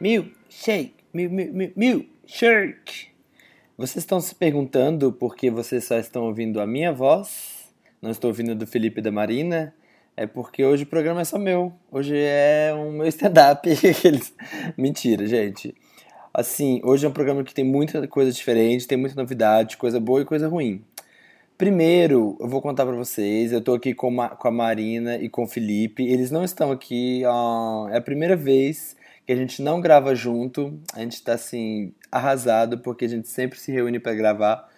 Milkshake, mil, mil, mil, milkshake. Vocês estão se perguntando por que vocês só estão ouvindo a minha voz? Não estou ouvindo a do Felipe e da Marina? É porque hoje o programa é só meu. Hoje é um meu stand-up. Eles... Mentira, gente. Assim, hoje é um programa que tem muita coisa diferente, tem muita novidade, coisa boa e coisa ruim. Primeiro, eu vou contar pra vocês, eu tô aqui com, Ma- com a Marina e com o Felipe. Eles não estão aqui, ó, é a primeira vez que a gente não grava junto. A gente tá assim arrasado porque a gente sempre se reúne pra gravar.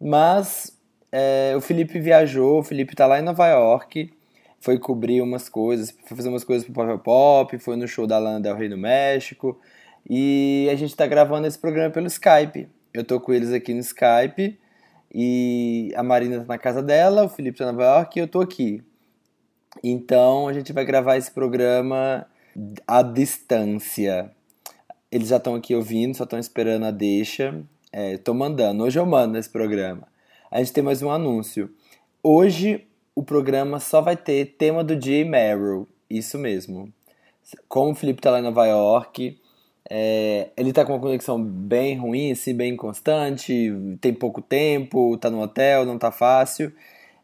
Mas é, o Felipe viajou, o Felipe tá lá em Nova York, foi cobrir umas coisas, foi fazer umas coisas pro Papel Pop, foi no show da Lana Del Rey no México. E a gente tá gravando esse programa pelo Skype. Eu tô com eles aqui no Skype. E a Marina tá na casa dela, o Felipe tá em Nova York e eu tô aqui. Então a gente vai gravar esse programa à distância. Eles já estão aqui ouvindo, só estão esperando a deixa. É, tô mandando, hoje eu mando esse programa. A gente tem mais um anúncio. Hoje o programa só vai ter tema do dia e Meryl. Isso mesmo. Como o Felipe tá lá em Nova York, é, ele tá com uma conexão bem ruim, assim, bem inconstante, tem pouco tempo, tá no hotel, não tá fácil.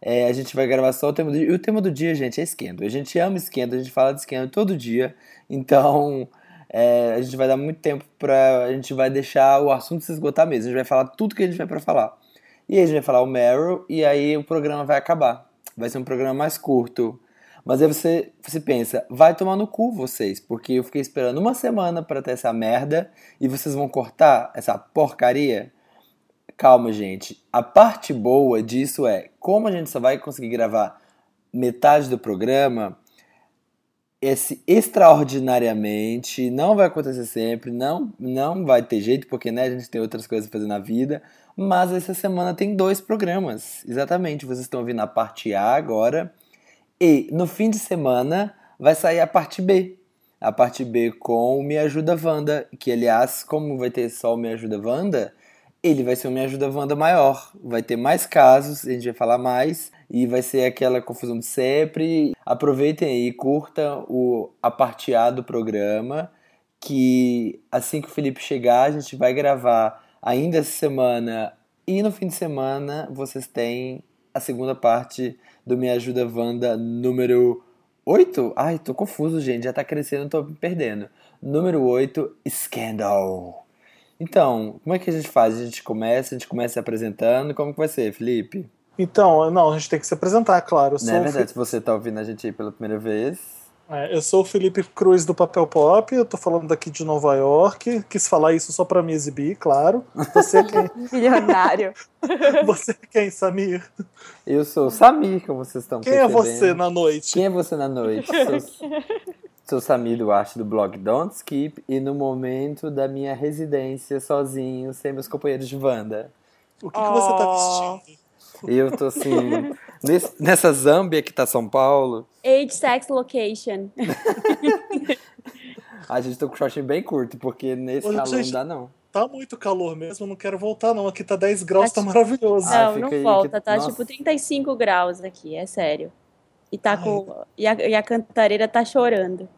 É, a gente vai gravar só o tema do dia. E o tema do dia, gente, é esquendo. A gente ama esquendo, a gente fala de esquendo todo dia. Então, é, a gente vai dar muito tempo pra. A gente vai deixar o assunto se esgotar mesmo. A gente vai falar tudo que a gente vai pra falar. E aí a gente vai falar o Meryl, e aí o programa vai acabar. Vai ser um programa mais curto. Mas aí você, você pensa, vai tomar no cu vocês, porque eu fiquei esperando uma semana pra ter essa merda e vocês vão cortar essa porcaria? Calma, gente. A parte boa disso é, como a gente só vai conseguir gravar metade do programa, esse extraordinariamente não vai acontecer sempre, não, não vai ter jeito, porque né, a gente tem outras coisas pra fazer na vida. Mas essa semana tem dois programas. Exatamente, vocês estão ouvindo a parte A agora. E no fim de semana vai sair a parte B. A parte B com o Me Ajuda Wanda, que aliás, como vai ter só o Me Ajuda Wanda, ele vai ser o Me Ajuda Wanda maior. Vai ter mais casos, a gente vai falar mais, e vai ser aquela confusão de sempre. Aproveitem aí, curta o, a parte A do programa, que assim que o Felipe chegar, a gente vai gravar ainda essa semana. E no fim de semana, vocês têm a segunda parte do Me Ajuda Wanda número 8? Ai, tô confuso, gente. Já tá crescendo, tô me perdendo. Número 8, Scandal. Então, como é que a gente faz? A gente começa, a gente começa se apresentando. Como que vai ser, Felipe? Então, não, a gente tem que se apresentar, claro. Eu sou, Não é o, verdade, Fe- se você tá ouvindo a gente aí pela primeira vez. é, eu sou o Felipe Cruz do Papel Pop, eu tô falando daqui de Nova York. Quis falar isso só pra me exibir, claro. Você é quem, Milionário. você é quem Samir? Eu sou o Samir, como vocês estão Quem é percebendo. você na noite? Quem é você na noite? Sou, sou Samir Duarte do blog Don't Skip e no momento da minha residência sozinho, sem meus companheiros de Wanda. O que, que você tá Oh. vestindo? E eu tô assim, nesse- nessa Zâmbia que tá São Paulo, Age, sex, location. a gente tá com shortinho bem curto, porque nesse Olha, calor gente. não dá não. Tá muito calor mesmo, eu não quero voltar, não. Aqui tá 10 graus, tá Acho- maravilhoso. Ah, não, fica não aí que- volta, tá nossa. tipo 35 graus aqui, é sério. E tá com. E a, e a cantareira tá chorando.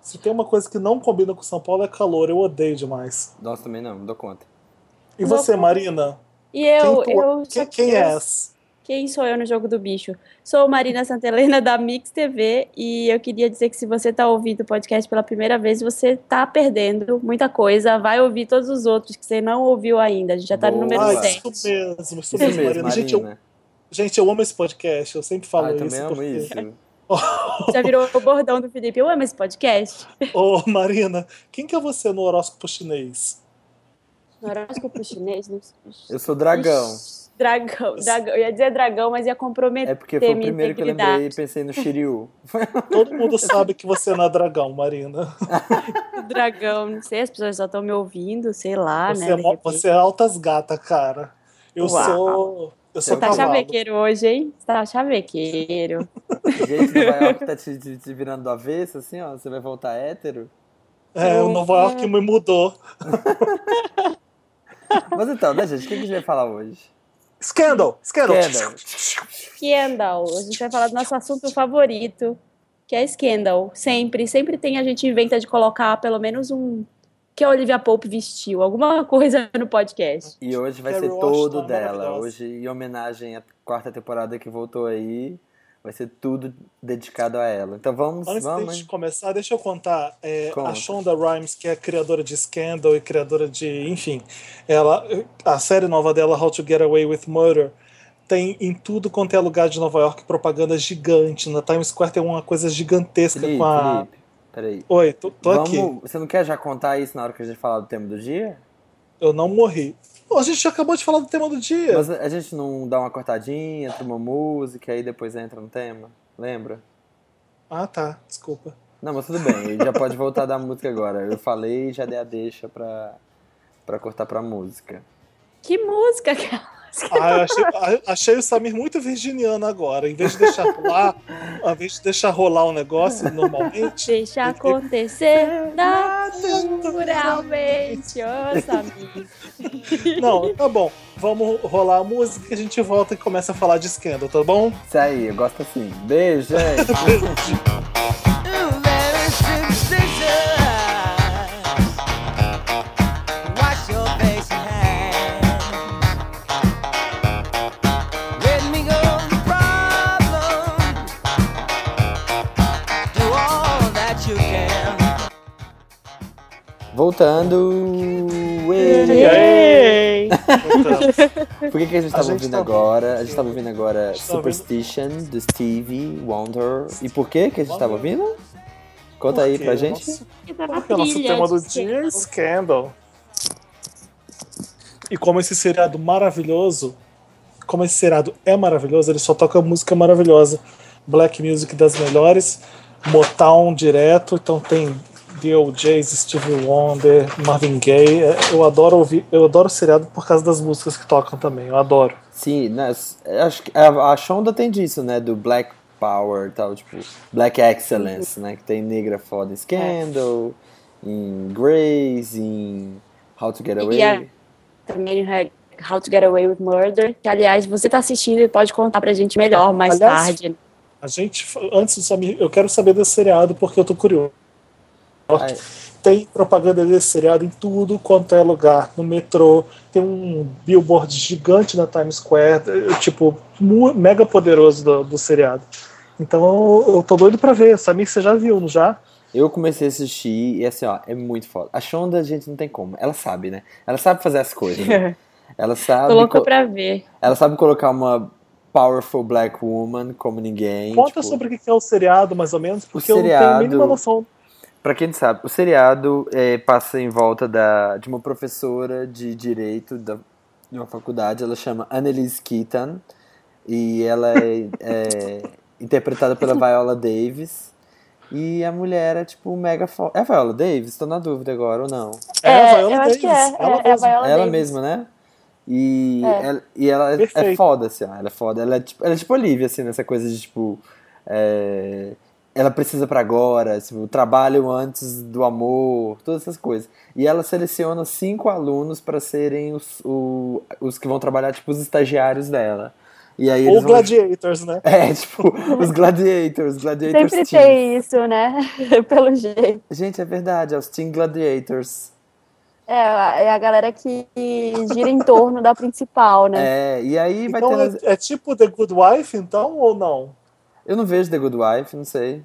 Se tem uma coisa que não combina com São Paulo é calor, eu odeio demais. Nós também não, não dou conta. E você, Não. Marina? E eu. quem, tu- eu quem, quem eu- é essa? Quem sou eu no jogo do bicho? Sou Marina Santelena da Mix TV e eu queria dizer que se você tá ouvindo o podcast pela primeira vez, você tá perdendo muita coisa. Vai ouvir todos os outros que você não ouviu ainda. A gente já tá no Boa. número Ah, 100. isso mesmo, isso Isso mesmo, mesmo, Marina. Gente, eu, Marina. gente, eu amo esse podcast, eu sempre falo Ah, eu isso. também amo porque- isso. Já virou o bordão do Felipe. Eu amo esse podcast. Ô, Marina, quem que é você no horóscopo chinês? No horóscopo chinês, não Eu sou dragão. Dragão, dragão. Eu ia dizer dragão, mas ia comprometer. É porque foi o minha primeiro que eu integridade. lembrei e pensei no Shiryu. Todo mundo sabe que você não é dragão, Marina. o Dragão, não sei, as pessoas só estão me ouvindo, sei lá, você, né? é, de mó- repente. você é altas gata, cara. Eu Uau. sou. Eu sou Você Você tá cavalo. chavequeiro hoje, hein? Você tá chavequeiro. Gente, Nova York tá te, te, te virando do avesso, assim, ó. Você vai voltar hétero. É, o Nova York me mudou. Mas então, né, gente? O que que a gente vai falar hoje? Scandal! Scandal! Scandal. Scandal. A gente vai falar do nosso assunto favorito, que é Scandal. Sempre, sempre tem, a gente inventa de colocar pelo menos um que a Olivia Pope vestiu, alguma coisa no podcast. E hoje vai Kerry ser todo Washington, dela. maravilhosa. Hoje, em homenagem à quarta temporada que voltou aí, vai ser tudo dedicado a ela. Então vamos, Antes da vamos. gente começar, deixa eu contar. é, Conta. a Shonda Rhimes, que é criadora de Scandal e criadora de. Enfim, ela, a série nova dela, How to Get Away with Murder, tem em tudo quanto é lugar de Nova York propaganda gigante. Na Times Square tem uma coisa gigantesca Felipe, com a. Felipe, peraí. Oi, tô, tô vamos... aqui. Você não quer já contar isso na hora que a gente falar do tema do dia? Eu não morri. Pô, a gente já acabou de falar do tema do dia. Mas a gente não dá uma cortadinha, entra uma música, aí depois entra um tema? Lembra? Ah, tá. Desculpa. Não, mas tudo bem, já pode voltar da música agora. Eu falei e já dei a deixa pra, pra cortar pra música. Que música, cara! Ah, eu achei, a- achei o Samir muito virginiano agora. Em vez de deixar rolar, ao invés de deixar rolar o negócio normalmente. Deixa é acontecer naturalmente, ô Samir. Não, tá bom. Vamos rolar a música e a gente volta e começa a falar de Scandal, tá bom? Isso aí, eu gosto assim. Beijo, gente! Voltando! Uê! aí? Por que, que a gente A tava gente ouvindo tá agora? ouvindo. A gente tava ouvindo agora A gente tá ouvindo. Superstition, do Stevie Wonder. E por que que a gente tava Wonder. ouvindo? Conta aí Porque pra o gente. nosso- Porque é o nosso tema do dia é Scandal. E como esse seriado maravilhoso, como esse seriado é maravilhoso, ele só toca música maravilhosa. Black Music das melhores, Motown direto, então tem The OJs, Stevie Wonder, Marvin Gaye. É, Eu adoro ouvir, eu adoro o seriado por causa das músicas que tocam também, eu adoro. Sim, né, s- acho que a, a Shonda tem disso, né? Do Black Power e tal, tipo, Black Excellence, né? Que tem negra foda em Scandal, em Grace, em How to Get Away. E a- Também é How to Get Away with Murder, que aliás, você tá assistindo e pode contar pra gente melhor mais Aliás, tarde. A gente, antes de saber, eu quero saber desse seriado porque eu tô curioso. Ai, Tem propaganda desse seriado em tudo quanto é lugar, no metrô, tem um billboard gigante na Times Square, eh, tipo, mu- mega poderoso do, do seriado. Então eu, eu tô doido pra ver. Samir, você já viu, não já? Eu comecei a assistir e assim, ó, é muito foda. A Shonda, a gente não tem como. Ela sabe, né? Ela sabe fazer as coisas. né? Ela sabe. Colocou co- pra ver. Ela sabe colocar uma powerful black woman como ninguém. Conta tipo, sobre o que que é o seriado, mais ou menos, porque eu não tenho a seriado- mínima noção. Pra quem não sabe, o seriado eh, passa em volta da, de uma professora de direito da, de uma faculdade, ela chama Annelise Keaton, e ela é, é interpretada pela Viola Davis. E a mulher é tipo mega foda. É a Viola Davis? Tô na dúvida agora ou não? a Viola eu acho que é. Davis, é, é a mesma. Viola ela Davis. mesma, né? E É. ela, e ela é- é Perfeito. foda, assim, ó, ela é foda. Ela é tipo, ela é tipo Olivia, assim, nessa coisa de tipo. é, ela precisa pra agora, tipo, o trabalho antes do amor, todas essas coisas. E ela seleciona cinco alunos pra serem os, o- os que vão trabalhar, tipo, os estagiários dela. E aí Ou eles vão. Gladiators, né? É, tipo, os Gladiators, Gladiators Sempre Team. tem isso, né? Pelo jeito. Gente, é verdade, é os Team Gladiators. É, é a galera que gira em torno da principal, né? É, e aí vai Então ter. é- é, tipo The Good Wife, então, ou não? Eu não vejo The Good Wife, não sei.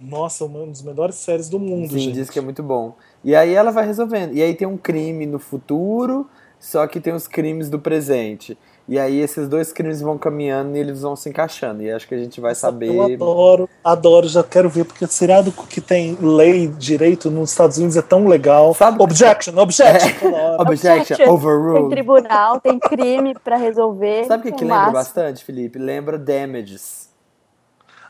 Nossa, uma das melhores séries do mundo, Sim, gente. diz que é muito bom. E aí ela vai resolvendo. E aí tem um crime no futuro, só que tem os crimes do presente. E aí esses dois crimes vão caminhando e eles vão se encaixando. E acho que a gente vai Eu saber. adoro, adoro, já quero ver, porque o seriado que tem lei, direito nos Estados Unidos é tão legal. Sabe- É. Objection, objection, toda hora. Objection, Objection. Tem overruled. tribunal, tem crime pra resolver. Sabe o que, que Um lembra laço. bastante, Felipe? Lembra Damages.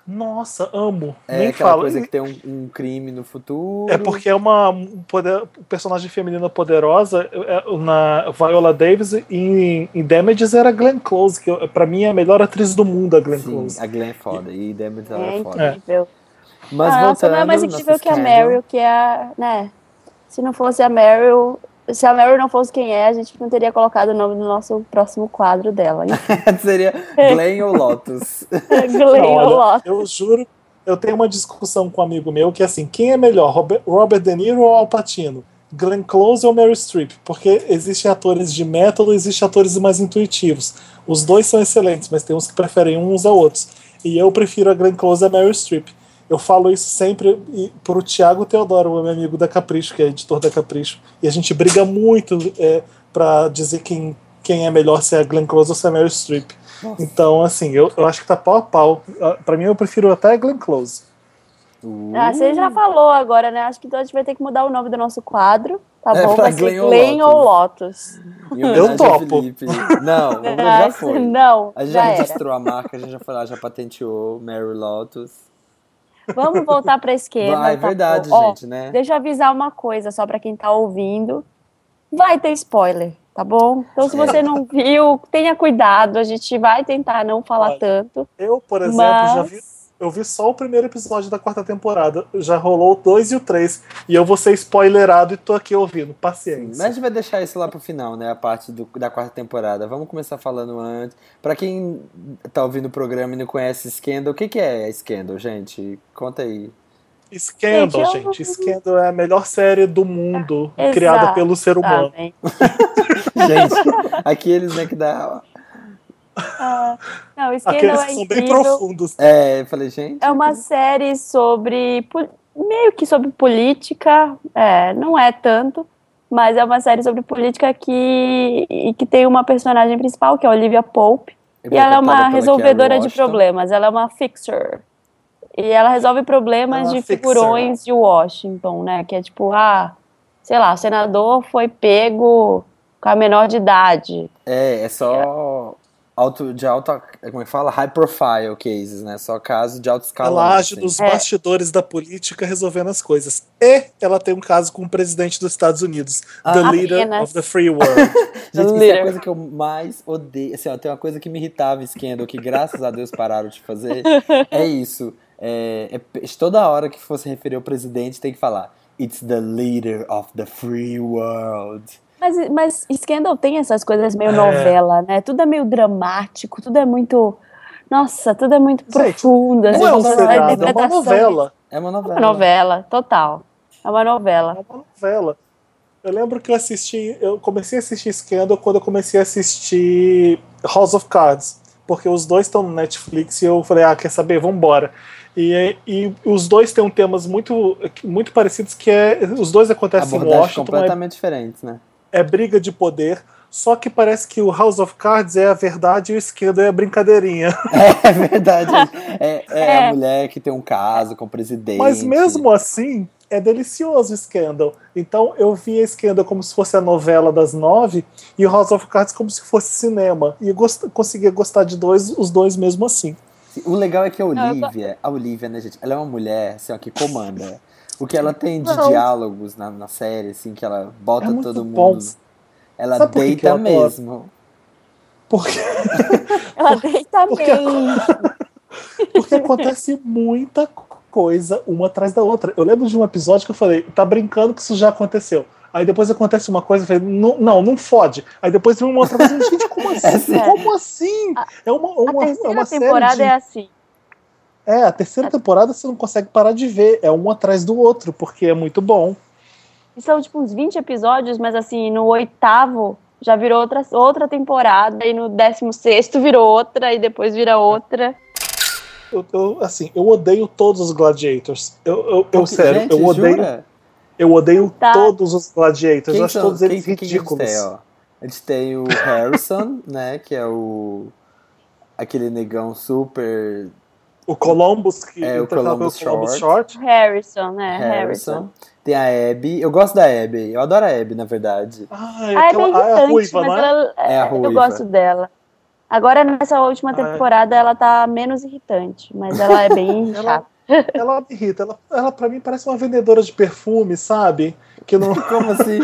Nossa, amo. É Nem aquela falo. coisa que tem um, um crime no futuro. É porque é uma um poder- um personagem feminina poderosa é, é, na Viola Davis e em, em Damages era a Glenn Close, que eu- pra mim é a melhor atriz do mundo, a Glenn Sim, Close. a Glenn é foda. E Damages ela É é foda. incrível. Mas Ah, voltando. só não é mais incrível nosso que a Scandal. Meryl, que é a. Né? Se não fosse a Meryl. Se a Meryl não fosse quem é, a gente não teria colocado o nome do nosso próximo quadro dela. né? Enfim, Seria Glenn ou Lotus. Glenn Não, olha, Olaf. eu juro, eu tenho uma discussão com um amigo meu que é assim, quem é melhor, Robert, Robert De Niro ou Al Pacino? Glenn Close ou Mary Streep, porque existem atores de método e existem atores mais intuitivos. Os dois são excelentes, mas tem uns que preferem uns a outros. E eu prefiro a Glenn Close a Mary Streep. Eu falo isso sempre para o Tiago Teodoro, meu amigo da Capricho, que é editor da Capricho. E a gente briga muito é, para dizer quem, quem é melhor, se é a Glenn Close ou se é a Mary Streep. Nossa. Então, assim, eu, eu acho que tá pau a pau. Para mim, eu prefiro até a Glenn Close. Hum. Ah, você já falou agora, né? Acho que então a gente vai ter que mudar o nome do nosso quadro. Tá é, bom? Vai ser Glen ou Lotus. Ah, Eu topo. Não, o já foi. Não, a gente já, já registrou a marca, a gente já falou, já patenteou Mary Lotus. Vamos voltar para esquema. Vai, é verdade, tá gente, né? Ó, deixa eu avisar uma coisa só para quem tá ouvindo. Vai ter spoiler, tá bom? Então se você é. não viu, tenha cuidado, a gente vai tentar não falar Olha, tanto. Eu, por exemplo, mas... já vi eu vi só o primeiro episódio da quarta temporada. Já rolou o 2 e o 3. E eu vou ser spoilerado e tô aqui ouvindo. Paciência. Sim, mas a gente vai deixar isso lá pro final, né? A parte do, da quarta temporada. Vamos começar falando antes. Para quem tá ouvindo o programa e não conhece Scandal, o que, que é Scandal, gente? Conta aí. Scandal, gente. Eu... gente. Scandal é a melhor série do mundo Exato, criada pelo ser humano. Tá gente, aqueles né, que dá Uh, não, Aqueles que é são bem profundos. É, eu falei, gente. É uma série sobre. meio que sobre política, é, não é tanto, mas é uma série sobre política que, que tem uma personagem principal, que é a Olivia Pope. Eu e ela é uma resolvedora de problemas, ela é uma fixer. E ela resolve é problemas ela de né? figurões de Washington, né? Que é tipo, ah, sei lá, o senador foi pego com a menor de idade. É, é só alto, de alta, como é que fala? High profile cases, né? Só caso de alto escalão. Ela age nos assim. bastidores é. da política resolvendo as coisas. E ela tem um caso com o presidente dos Estados Unidos, ah, the leader apenas. of the free world. Gente, isso é a coisa que eu mais odeio. Assim, ó, tem uma coisa que me irritava em Scandal, que graças a Deus pararam de fazer, é isso. É, é, toda hora que fosse referir ao presidente, tem que falar It's the leader of the free world. Mas, mas Scandal tem essas coisas meio é. novela, né? Tudo é meio dramático, tudo é muito. Nossa, tudo é muito Gente, profundo. Assim, é, um seriado, é uma novela. né? É uma novela. É uma novela, total. É uma novela. É uma novela. Eu lembro que eu assisti. Eu comecei a assistir Scandal quando eu comecei a assistir House of Cards. Porque os dois estão no Netflix e eu falei, ah, quer saber? Vambora. E, e os dois têm um temas muito, muito parecidos, que é. Os dois acontecem em Washington. completamente diferentes, né? é briga de poder. Só que parece que o House of Cards é a verdade e o Scandal é a brincadeirinha. É verdade. É, é, é, a mulher que tem um caso com o presidente. Mas mesmo assim, é delicioso o Scandal. Então eu via Scandal como se fosse a novela das nove e o House of Cards como se fosse cinema. E gost conseguia gostar de dois, os dois mesmo assim. O legal é que a Olivia, a Olivia, né, gente, ela é uma mulher assim, ó, que comanda. O que ela tem de não. diálogos na, na série, assim, que ela bota é todo mundo. Bom. Ela Sabe deita por mesmo. Porque. ela deita porque, mesmo. Porque acontece muita coisa uma atrás da outra. Eu lembro de um episódio que eu falei, tá brincando que isso já aconteceu. Aí depois acontece uma coisa, eu falei, não, não, não fode. Aí depois vem uma outra coisa, gente, como assim? É. Como assim? A, é uma, uma, a terceira é uma temporada de... é assim. É, a terceira temporada você não consegue parar de ver. É um atrás do outro, porque é muito bom. E são tipo uns 20 episódios, mas assim, no oitavo já virou outra, outra temporada, e no décimo sexto virou outra, e depois vira outra. Eu, eu assim, eu odeio todos os Gladiators. Eu, eu, eu sério, gente, eu odeio. Jura? Eu odeio tá. todos os Gladiators. Quem eu acho são, todos eles quem, ridículos. Quem a gente tem o Harrison, né? Que é o. aquele negão super. O Columbus, que é o Columbus, Columbus Short. Short. Harrison, né? Harrison. Harrison. Tem a Abby. Eu gosto da Abby. Eu adoro a Abby, na verdade. Ah, é, aquela, ah, é a ruiva, mas né? ela, é a ruiva. eu gosto dela. Agora, nessa última temporada, ah, é. ela tá menos irritante, mas ela é bem chata. Ela, ela me irrita. Ela, ela, pra mim, parece uma vendedora de perfume, sabe? Que não... Como assim?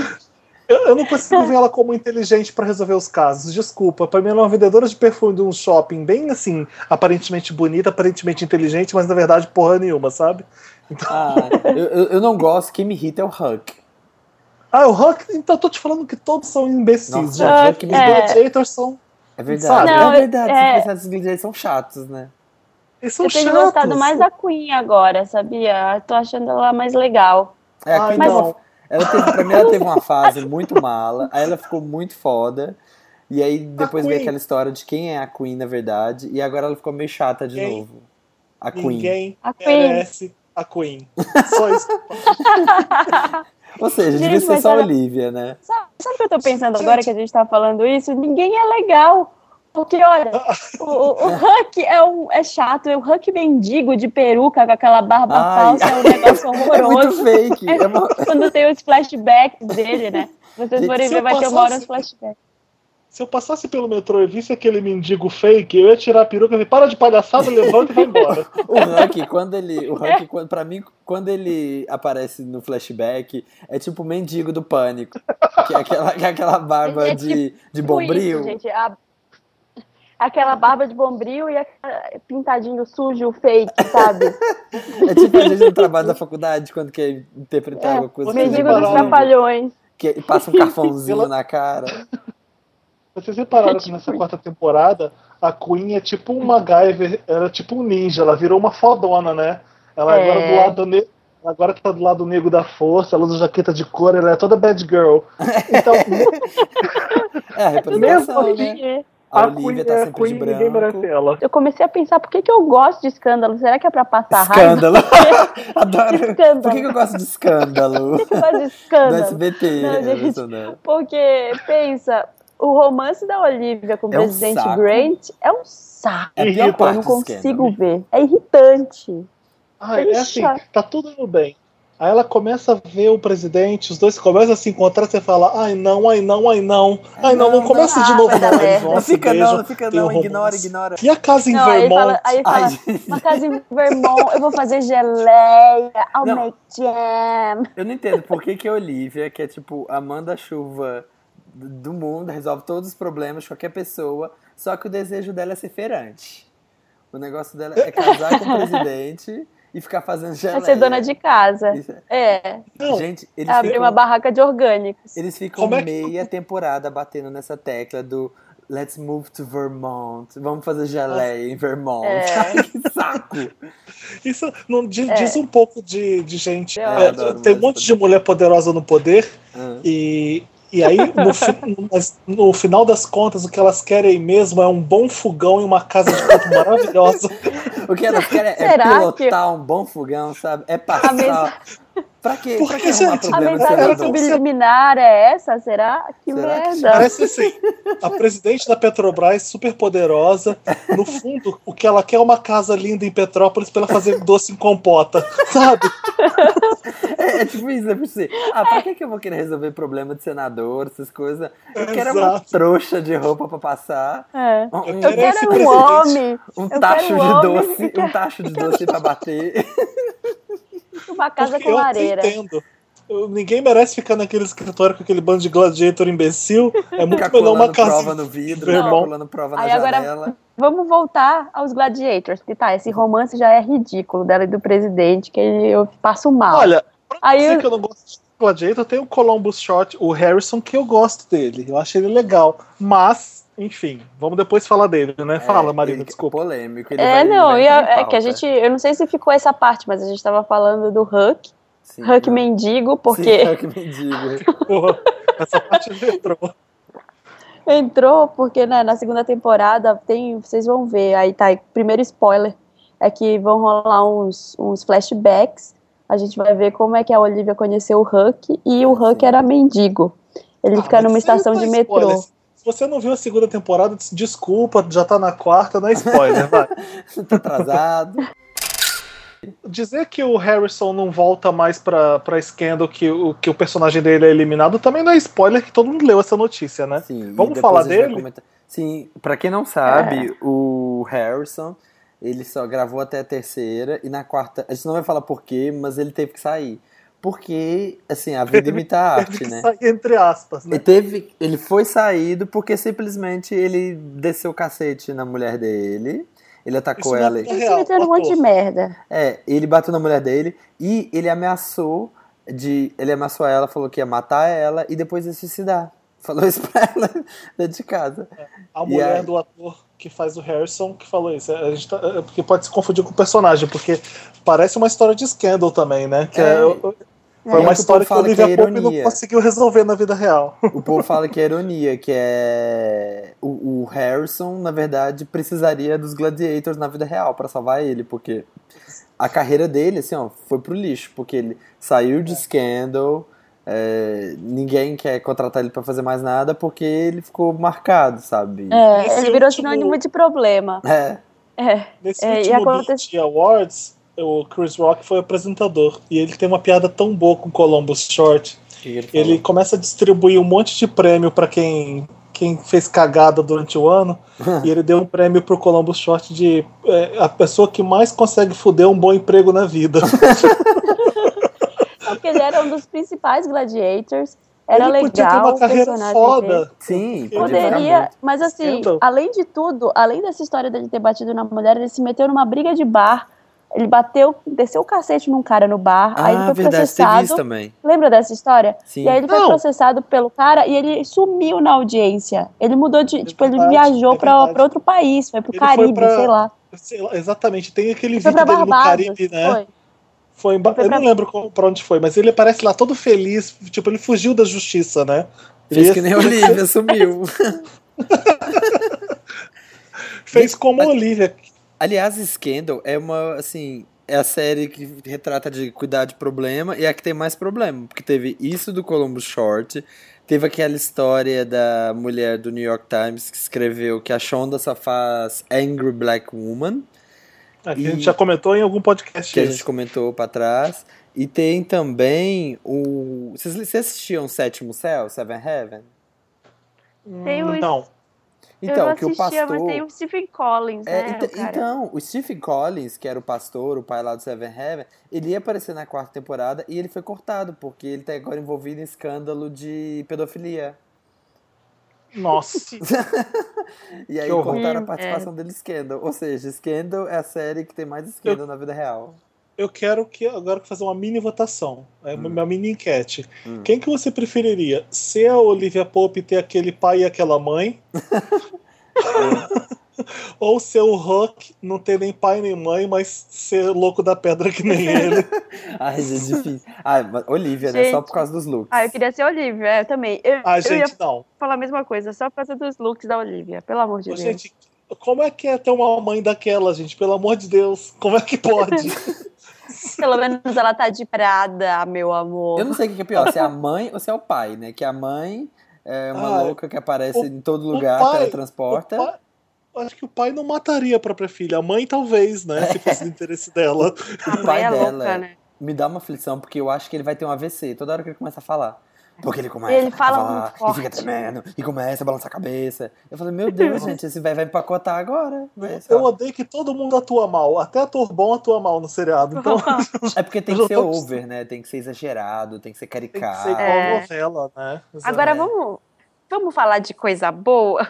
Eu, eu, não consigo ver ela como inteligente para resolver os casos. Desculpa, para mim ela é uma vendedora de perfume de um shopping bem assim, aparentemente bonita, aparentemente inteligente, mas na verdade porra nenhuma, sabe? Então... Ah, eu, eu, não gosto, quem me irrita é o Huck. Ah, o Huck, então eu tô te falando que todos são imbecis, Nossa, gente. Huck, os é... gladiators são. É verdade, sabe? Não, é verdade. É... Os gladiators são chatos, né? Eles são eu tenho chatos. gostado mais da Queen agora, sabia? Eu tô achando ela mais legal. É, a Queen mas... não. Ela teve, pra mim, ela teve uma fase muito mala, aí ela ficou muito foda. E aí depois veio Queen. aquela história de quem é a Queen, na verdade, e agora ela ficou meio chata de Quem? novo. A Queen. Ninguém A Queen. merece a Queen. Só isso. Ou seja, Gente, devia ser mas só a ela- Olivia, né? Sabe, sabe o que eu tô pensando agora que a gente tá falando isso? Ninguém é legal. Porque, olha, o, o, o Huck é, um, é chato, é o Huck mendigo de peruca com aquela barba Ai. falsa, é um negócio É muito horroroso. fake. É uma- Quando tem os flashbacks dele, né? Vocês Gente, forem se ver, eu vai ter uma hora passasse- os flashbacks. Se eu passasse pelo metrô e visse aquele mendigo fake, eu ia tirar a peruca e falei, para de palhaçada, levanta e vai embora. O Huck, quando ele. O Huck, quando, pra mim, quando ele aparece no flashback, é tipo o mendigo do pânico. Que é aquela, que é aquela barba É de, de bombril. Isso, gente, a- Aquela barba de bombril e aquele pintadinho sujo, fake, sabe? é tipo a gente no trabalho da faculdade, quando quer interpretar alguma o coisa. que mendigo seja dos barulho. trapalhões. Que passa um carvãozinho na cara. Vocês repararam que nessa quarta temporada a Queen é tipo um MacGyver, ela é tipo um ninja, ela virou uma fodona, né? Ela É. agora do lado ne- ela agora tá do lado negro da força, ela usa jaqueta de couro, ela é toda bad girl. Então, É a representação, né? A Olivia tá é sempre de ninguém merece branco. ela. Eu comecei a pensar por que, que eu gosto de escândalo. Será que é pra passar raiva? Tá Escândalo. Adoro. Escândalo. Por que, que eu gosto de escândalo? Por que, que eu gosto de Do escândalo? SBT. Não, gente. Emerson, né? Porque, pensa, o romance da Olivia com o É um presidente saco. Grant é um saco. É a pior Irrita, parte Eu não do escândalo. consigo ver. É irritante. Ai, é assim, Deixa. tá tudo indo bem. Aí ela começa a ver o presidente, os dois começam a se encontrar, você fala, ai não, ai não, ai não, ai não, não, não, começa não. de Ah, novo, vai dar não, eles merda. vão, Não se fica beijam, não, fica tem um não, ignora, romance. ignora. E a casa em Não, aí Vermont? fala, aí fala Ai, uma casa em Vermont, eu vou fazer geleia, I'll Não. make jam. Eu não entendo por que, que a Olivia, que é tipo a manda-chuva do do mundo, resolve todos os problemas de qualquer pessoa, só que o desejo dela é ser feirante. O negócio dela é casar com o presidente e ficar fazendo geleia. É ser dona de casa. Isso é- É, Não, Gente, eles abrir ficam, uma barraca de orgânicos. eles ficam Como é que- meia temporada batendo nessa tecla do Let's move to Vermont. Vamos fazer geleia em Vermont. É. que saco! Isso não, di- diz um pouco de, de gente. Eu É, adoro tem um mulheres monte de mulher poderosa no poder Ah. e, e aí, no, fi- mas no final das contas, o que elas querem mesmo é um bom fogão e uma casa de campo maravilhosa. O que elas querem é Será pilotar um bom fogão, sabe? É A mesa- passar. Pra quê? Por pra que, que arrumar gente? A é problema se Era mensagem ela como não- se- subliminar é essa? Será? Que Será que- merda! Parece assim, a presidente da Petrobras, super poderosa. No fundo, o que ela quer é uma casa linda em Petrópolis pra ela fazer doce em compota, sabe? É, é tipo isso, é pra você. Ah, pra que que eu vou querer resolver problema de senador, essas coisas? Eu quero uma Exato. trouxa de roupa pra passar, É. um, Eu Eu Era quero esse um presidente. homem, um quero tacho de homem. doce, um tacho de doce pra bater. uma casa Porque com eu até lareira. entendo. Eu- Ninguém merece ficar naquele escritório com aquele bando de gladiator imbecil. É muito Ficar melhor uma colando casa. prova no vidro, ficar Vermont. colando prova na Aí agora- janela. Vamos voltar aos Gladiators, porque tá, esse romance já é ridículo dela e do presidente, que eu passo mal. Olha, Aí sei eu- que eu não gosto de gladiator, tem o Columbus Short, o Harrison, que eu gosto dele. Eu acho ele legal. Mas, enfim, vamos depois falar dele, né? Fala, É, Marina, ele- desculpa. Polêmico. ele vai- é, ele não, vai e a- entrar em é que pauta. a gente, eu não sei se ficou essa parte, mas a gente tava falando do Huck, Sim, Huck né? não. mendigo, Sim, né? porque Huck mendigo. Porra, essa parte é entrou. entrou, porque né, na segunda temporada tem, vocês vão ver, aí tá, primeiro spoiler, é que vão rolar uns, uns flashbacks, a gente vai ver como é que a Olivia conheceu o Huck, e o Huck Sim. era mendigo. Ele Ah, fica mas numa isso aí estação não é de spoiler. metrô. Se você não viu a segunda temporada, des- desculpa, já tá na quarta, não é spoiler, vai. tá atrasado. Dizer que o Harrison não volta mais pra, pra Scandal, que o, que o personagem dele é eliminado, também não é spoiler, que todo mundo leu essa notícia, né? Sim, e Vamos depois falar a gente vai dele? comentar. Sim, pra quem não sabe, o Harrison, ele só gravou até a terceira e na quarta, a gente não vai falar por quê, mas ele teve que sair. Porque, assim, a vida imita a arte, né? Sai entre aspas, né? Ele, teve, ele foi saído porque simplesmente ele desceu o cacete na mulher dele. Ele atacou Isso não é ela. e- É Ele real, se meteu num ator. um monte de merda. é, ele bateu na mulher dele e ele ameaçou de. Ele ameaçou ela, falou que ia matar ela e depois ia suicidar. Falou isso pra ela dentro de casa. A mulher Yeah. do ator que faz o Harrison que falou isso. A gente tá- é, porque pode se confundir com o personagem, porque parece uma história de Scandal também, né? Que é- É. eu- eu- É, Foi uma o que o história que povo fala o Olivia que é Pope não ironia. conseguiu resolver na vida real. O povo fala que é ironia, que é. O, o Harrison, na verdade, precisaria dos Gladiators na vida real pra salvar ele, porque a carreira dele, assim, ó, foi pro lixo, porque ele saiu de Scandal, é, ninguém quer contratar ele pra fazer mais nada, porque ele ficou marcado, sabe? É, Esse ele virou último- sinônimo de problema. É. É. Nesse É, e último aconte- BET Awards, o Chris Rock foi apresentador. E ele tem uma piada tão boa com Columbus Short. Ele começa a distribuir um monte de prêmio pra quem, quem fez cagada durante o ano. e ele deu um prêmio pro Columbus Short de é, a pessoa que mais consegue fuder um bom emprego na vida. É Porque ele era um dos principais gladiators. Era ele legal. podia ter uma o carreira personagem dele. foda. Sim, podia jogar Poderia, muito. mas assim, Entendo. além de tudo, além dessa história dele ter batido na mulher, ele se meteu numa briga de bar. Ele bateu, desceu o cacete num cara no bar, aí ele Ah, foi verdade, teve isso processado. também. Lembra dessa história? Sim. E aí ele foi Não. processado pelo cara e ele sumiu na audiência. Ele mudou de, tipo, ele verdade, viajou é pra, verdade. pra outro país, foi pro Ele foi Caribe, pra- sei lá. Sei lá, exatamente. Tem aquele Foi pra vídeo dele no Barbados, Caribe, né? foi. Foi em Ba- Foi eu pra- não lembro qual- pra onde foi, mas ele aparece lá todo feliz, tipo, ele fugiu da justiça, né? Ele Fez que nem a Olivia, sumiu. fez como a Olivia. Aliás, Scandal é uma, assim, é a série que retrata de cuidar de problema e é a que tem mais problema, porque teve isso do Columbus Short, teve aquela história da mulher do New York Times que escreveu que a Shonda só faz Angry Black Woman, A E- gente já comentou em algum podcast. que é a isso. gente comentou pra trás, e tem também o... Vocês, vocês assistiam Sétimo Céu, Seven Heaven? Hum, Tem um o- Não. Então, que o pastor... Stephen Collins, né, É, ent- então, o Stephen Collins, que era o pastor, o pai lá do Seven Heaven, ele ia aparecer na quarta temporada e ele foi cortado, porque ele tá agora envolvido em escândalo de pedofilia. Nossa. E aí Que horror. cortaram a Hum, participação dele em Scandal. Ou seja, Scandal é a série que tem mais Scandal na vida real. Eu quero que agora fazer uma mini votação. É uma- Hum. uma mini enquete. Hum. Quem que você preferiria? Ser a Olivia Pope e ter aquele pai e aquela mãe? Ou ser o Hulk, não ter nem pai nem mãe, mas ser louco da pedra que nem ele? Ai, gente, difícil. Ai, mas Olivia, né? Só Gente. por causa dos looks. Ah, eu queria ser a Olivia, é, eu também. Eu, Ah, eu ia gente, não. falar a mesma coisa, só por causa dos looks da Olivia, pelo amor de Ô, Deus. Gente, como é que é ter uma mãe daquela, gente? Pelo amor de Deus, como é que pode? Pelo menos ela tá de prada, meu amor. Eu não sei o que que é pior, se é a mãe ou se é o pai, né? Que a mãe é uma Ah, louca que aparece o- em todo lugar, pai- teletransporta. O pai- eu Acho que o pai não mataria a própria filha, a mãe talvez, né? Se fosse do interesse dela. a o pai mãe é dela, louca, né? me dá uma aflição, porque eu acho que ele vai ter um AVC toda hora que ele começa a falar. Porque ele começa Ele a fala falar muito e fica forte. tremendo e começa a balançar a cabeça. Eu falei, meu Uhum. Deus, gente, esse velho vai empacotar agora. É, só- Né? Eu odeio que todo mundo atua mal. Até ator bom atua mal no seriado. Então É porque tem eu que não ser tô over, né? Tem que ser exagerado, tem que ser tem que caricato. ser igual É. novela, né? Exato. Agora vamos, vamos falar de coisa boa?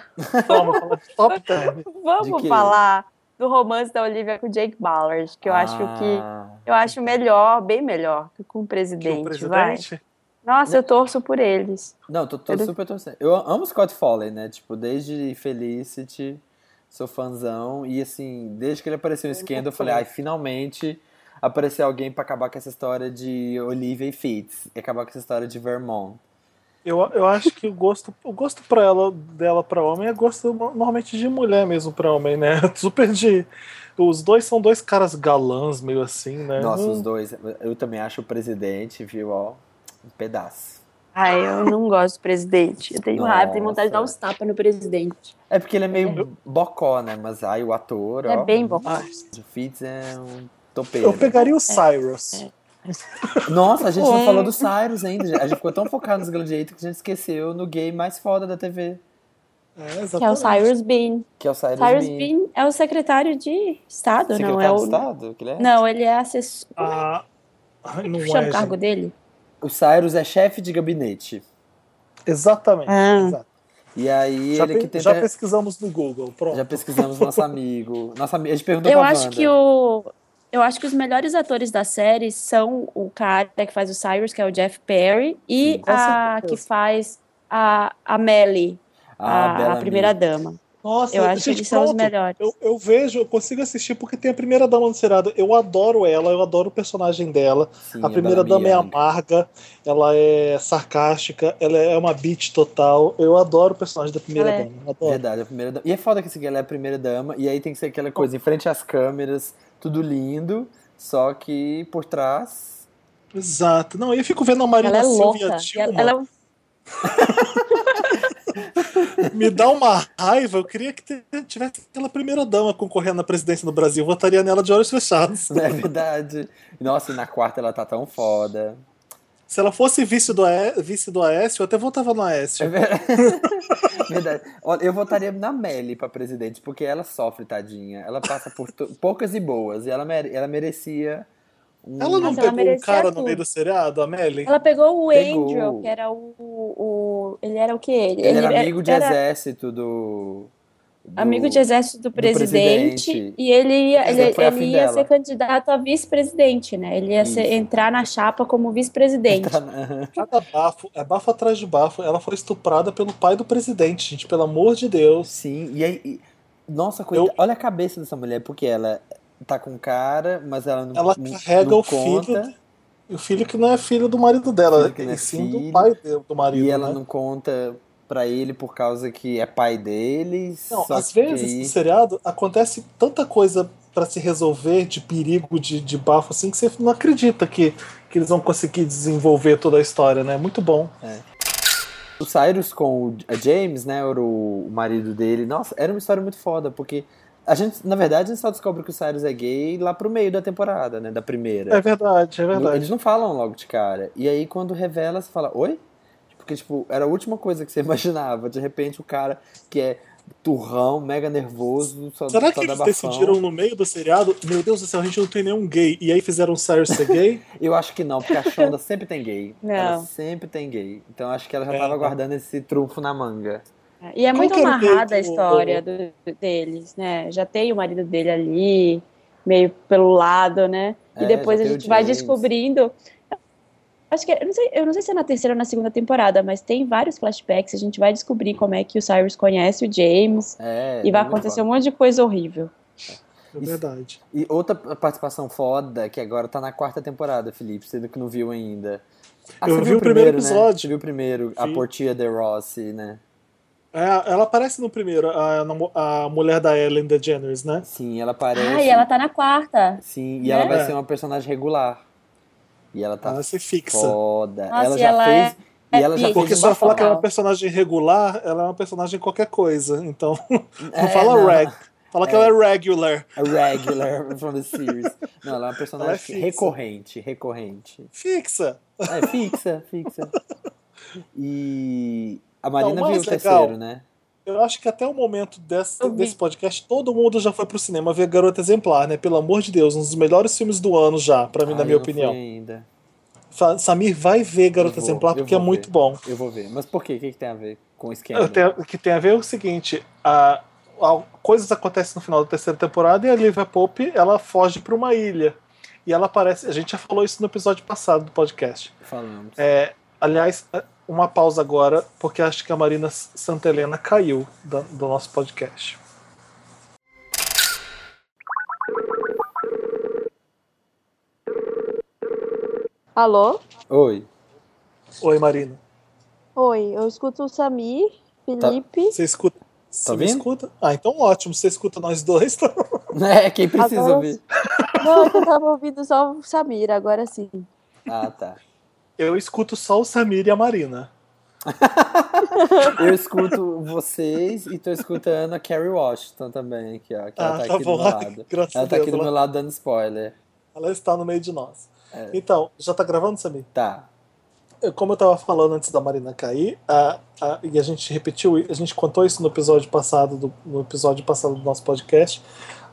Vamos falar de top 10. De Vamos quê? falar do romance da Olivia com o Jake Ballard, que eu Ah. acho que eu acho melhor, bem melhor que com o Que presidente, o vai. presidente. Nossa, eu torço por eles. Não, tô, tô Ele- super torcendo. Eu amo Scott Foley, né? Tipo, desde Felicity, sou fãzão. E assim, desde que ele apareceu em Scandal, eu falei, ai, finalmente apareceu alguém pra acabar com essa história de Olivia e Fitz. E acabar com essa história de Vermont. Eu, eu acho que o gosto, o gosto pra ela, dela pra homem é gosto no- normalmente de mulher mesmo pra homem, né? Super de. Os dois são dois caras galãs, meio assim, né? Nossa, Hum, os dois. Eu também acho o presidente, viu, ó, um pedaço. Ai, eu não gosto do presidente. Eu tenho raiva, tenho vontade de dar Nossa. uns tapas no presidente. É porque ele é meio bocó, né? Mas aí o ator, É ó. bem bom. ai, O Fitz é um eu topeiro. pegaria o Cyrus. É, Nossa, a gente não É. falou do Cyrus ainda. gente. A gente ficou tão focado nos Gladiators que a gente esqueceu no gay mais foda da TV, É, Que é o exatamente. Cyrus Bean. que é o Cyrus, Cyrus Bean. Bean é o secretário de Estado, Secretário não é de o Estado? Que ele é? Não, ele é assessor. Ah, ai, não é, Chama o cargo gente. dele? O Cyrus é chefe de gabinete. Exatamente. Ah. exato. E aí Já, ele pe- que tenta... já pesquisamos no Google, pronto. Já pesquisamos nosso amigo. Nossa, ami- a gente perguntou Eu pra acho Wanda. que o. Eu acho que os melhores atores da série são o cara que faz o Cyrus, que é o Jeff Perry, e Sim, com a certeza. que faz a, a Melly, Ah, a, Bella Ah, a primeira Miller. dama. Nossa, Eu acho que gente, eles são os pronto. melhores. Eu, eu vejo, eu consigo assistir porque tem a primeira dama do Cerado. Eu adoro ela, eu adoro o personagem dela. Sim, a primeira dama é Mia. amarga, ela é sarcástica, ela é uma bitch total. Eu adoro o personagem da primeira Ela é. dama. Adoro. Verdade, a primeira dama. E é foda que assim, ela é a primeira dama, e aí tem que ser aquela coisa em frente às câmeras, tudo lindo, só que por trás. Exato. Não, eu fico vendo a Marina tipo, Ela é Silva e louca. a e Dilma. Ela, ela é um- Me dá uma raiva. Eu queria que te- tivesse aquela primeira dama concorrendo na presidência do Brasil. Eu votaria nela de olhos fechados. É verdade. Nossa, e na quarta ela tá tão foda. Se ela fosse vice do, Aé- vice do Aécio, eu até votava no Aécio. É ver- verdade. Olha, eu votaria na Melly pra presidente, porque ela sofre, tadinha. Ela passa por to- poucas e boas, e ela, mere- ela merecia. Um... Ela não Nossa, ela pegou um merecia cara no tudo. meio do seriado, a Melly? ela pegou o Pegou. Andrew, que era o, o- Ele era o quê? Ele, era amigo de era exército do. do- amigo de exército do presidente, presidente. e ele ia, Esse ele, foi afim ele ia dela. ser candidato a vice-presidente, né? Ele ia ser- Isso. entrar na chapa como vice-presidente. Cada bafo, é bafo atrás de bafo. Ela foi estuprada pelo pai do presidente, gente, pelo amor de Deus. Sim, e aí. e- Nossa, coitada. Eu- Olha a cabeça dessa mulher, porque ela tá com cara, mas ela não. Ela não- carrega não o conta, filho, e o filho que não é filho do marido dela, Filho né? que não é e sim filho. do pai de- do marido. E ela né? não conta pra ele por causa que é pai dele. Não, só às que é vezes aí- no seriado acontece tanta coisa pra se resolver de perigo, de, de bafo, assim, que você não acredita que, que eles vão conseguir desenvolver toda a história, né? Muito bom. O Cyrus com o a James, né, era o o marido dele. Nossa, era uma história muito foda, porque a gente, na verdade, a gente só descobre que o Cyrus é gay lá pro meio da temporada, né, da primeira. É verdade, é Não- verdade. Eles não falam logo de cara. E aí, quando revela, você fala, oi? Porque, tipo, era a última coisa que você imaginava. De repente, o cara que é turrão, mega nervoso, só, Será só que dá eles bafão. decidiram no meio do seriado, meu Deus do céu, a gente não tem nenhum gay, e aí fizeram o Cyrus ser gay? Eu acho que não, porque a Shonda sempre tem gay. Não. Ela sempre tem gay. Então, acho que ela já É. tava guardando esse trunfo na manga. E é Qual muito que era o amarrada a jeito- história do- deles, né? Já tem o marido dele ali, meio pelo lado, né? E É, depois já a tem o gente vai James. descobrindo. Acho que eu não, sei, eu não sei se é na terceira ou na segunda temporada, mas tem vários flashbacks. A gente vai descobrir como é que o Cyrus conhece o James É, e é vai muito acontecer foda. um monte de coisa horrível. É verdade. E outra participação foda, que agora tá na quarta temporada, Felipe, você que não viu ainda. Eu você vi o primeiro Né? episódio. Você viu o primeiro, a Vi. Portia de Rossi, né? É, ela aparece no primeiro, a, namo- a mulher da Ellen DeGeneres, né? Sim, ela aparece. Ah, e ela tá na quarta. Sim, e Né? ela vai É. ser uma personagem regular. E ela tá Ela se fixa. foda. Nossa, ela e já ela fez. é- e ela já é fez Porque um se ela falar que ela é bafão. uma personagem regular, ela é uma personagem qualquer coisa. Então, não É, fala não. reg. Fala que É. ela é regular. A regular from the series. Não, ela é uma personagem Ela é fixa. recorrente, recorrente. Fixa. É, fixa, fixa. E a Marina mais viu o legal- terceiro, né? Eu acho que até o momento dessa- Eu vi. desse podcast, todo mundo já foi pro cinema ver Garota Exemplar, né? Pelo amor de Deus, um dos melhores filmes do ano já, pra mim, Ah, na minha eu não fui opinião. Ainda. Fa- Samir vai ver Garota Eu vou, Exemplar eu porque é vou muito ver. bom. Eu vou ver. Mas por quê? O que, que tem a ver com o esquema? Eu tenho- O que tem a ver é o seguinte: a, a- coisas acontecem no final da terceira temporada e a Olivia Pope ela foge para uma ilha. E ela aparece. A gente já falou isso no episódio passado do podcast. Falamos. É, aliás, uma pausa agora, porque acho que a Marina Santa Helena caiu da- do nosso podcast. Alô? É. Oi. Oi, Marina. Oi, eu escuto o Samir, Tá. Felipe. Você escuta? Você me vendo? escuta? Ah, então ótimo. Você escuta nós dois. tá? É, quem precisa Agora- ouvir. Não, é que eu tava ouvindo só o Samir, agora sim. Ah, tá. Eu escuto só o Samir e a Marina. Eu escuto vocês e tô escutando a Carrie Washington também, aqui, ó. Que ela tá, aqui do meu lado. Ah, Graças Ela a tá Deus. aqui do ela- meu lado dando spoiler. Ela está no meio de nós. É. Então, já tá gravando, Samir? Tá. Eu- É, Como eu tava falando antes da Marina cair, a- a- e a gente repetiu, a gente contou isso no episódio passado do, no episódio passado do nosso podcast,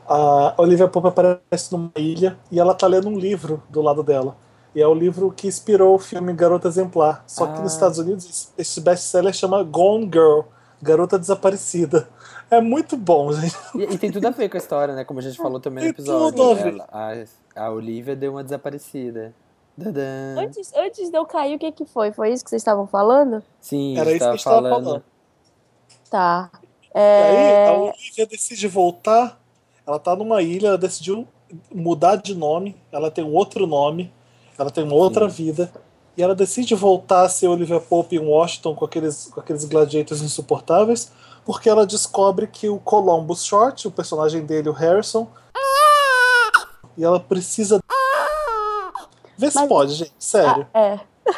a Olivia Pope aparece numa ilha e ela tá lendo um livro do lado dela. E é o livro que inspirou o filme Garota Exemplar. Só que Ah. nos Estados Unidos esse- esse best-seller chama Gone Girl, Garota Desaparecida. É muito bom, gente. E, e tem tudo a ver com a história, né? Como a gente falou também no Tem episódio. né? tudo a ver. Ela- a, a Olivia deu uma desaparecida. Dadã. Antes, antes de eu cair, o que que foi? Foi isso que vocês estavam falando? Sim, Era a gente isso que a tava gente tava falando. falando. Tá. É... E aí a Olivia decide voltar. Ela tá numa ilha, ela decidiu mudar de nome, ela tem um outro nome, ela tem uma outra Sim. vida. E ela decide voltar a ser Olivia Pope em Washington com aqueles, com aqueles gladiators insuportáveis, porque ela descobre que o Columbus Short, o personagem dele, o Harrison, e ela precisa. Vê se Mas... Ah, pode, gente, sério. Ah, é.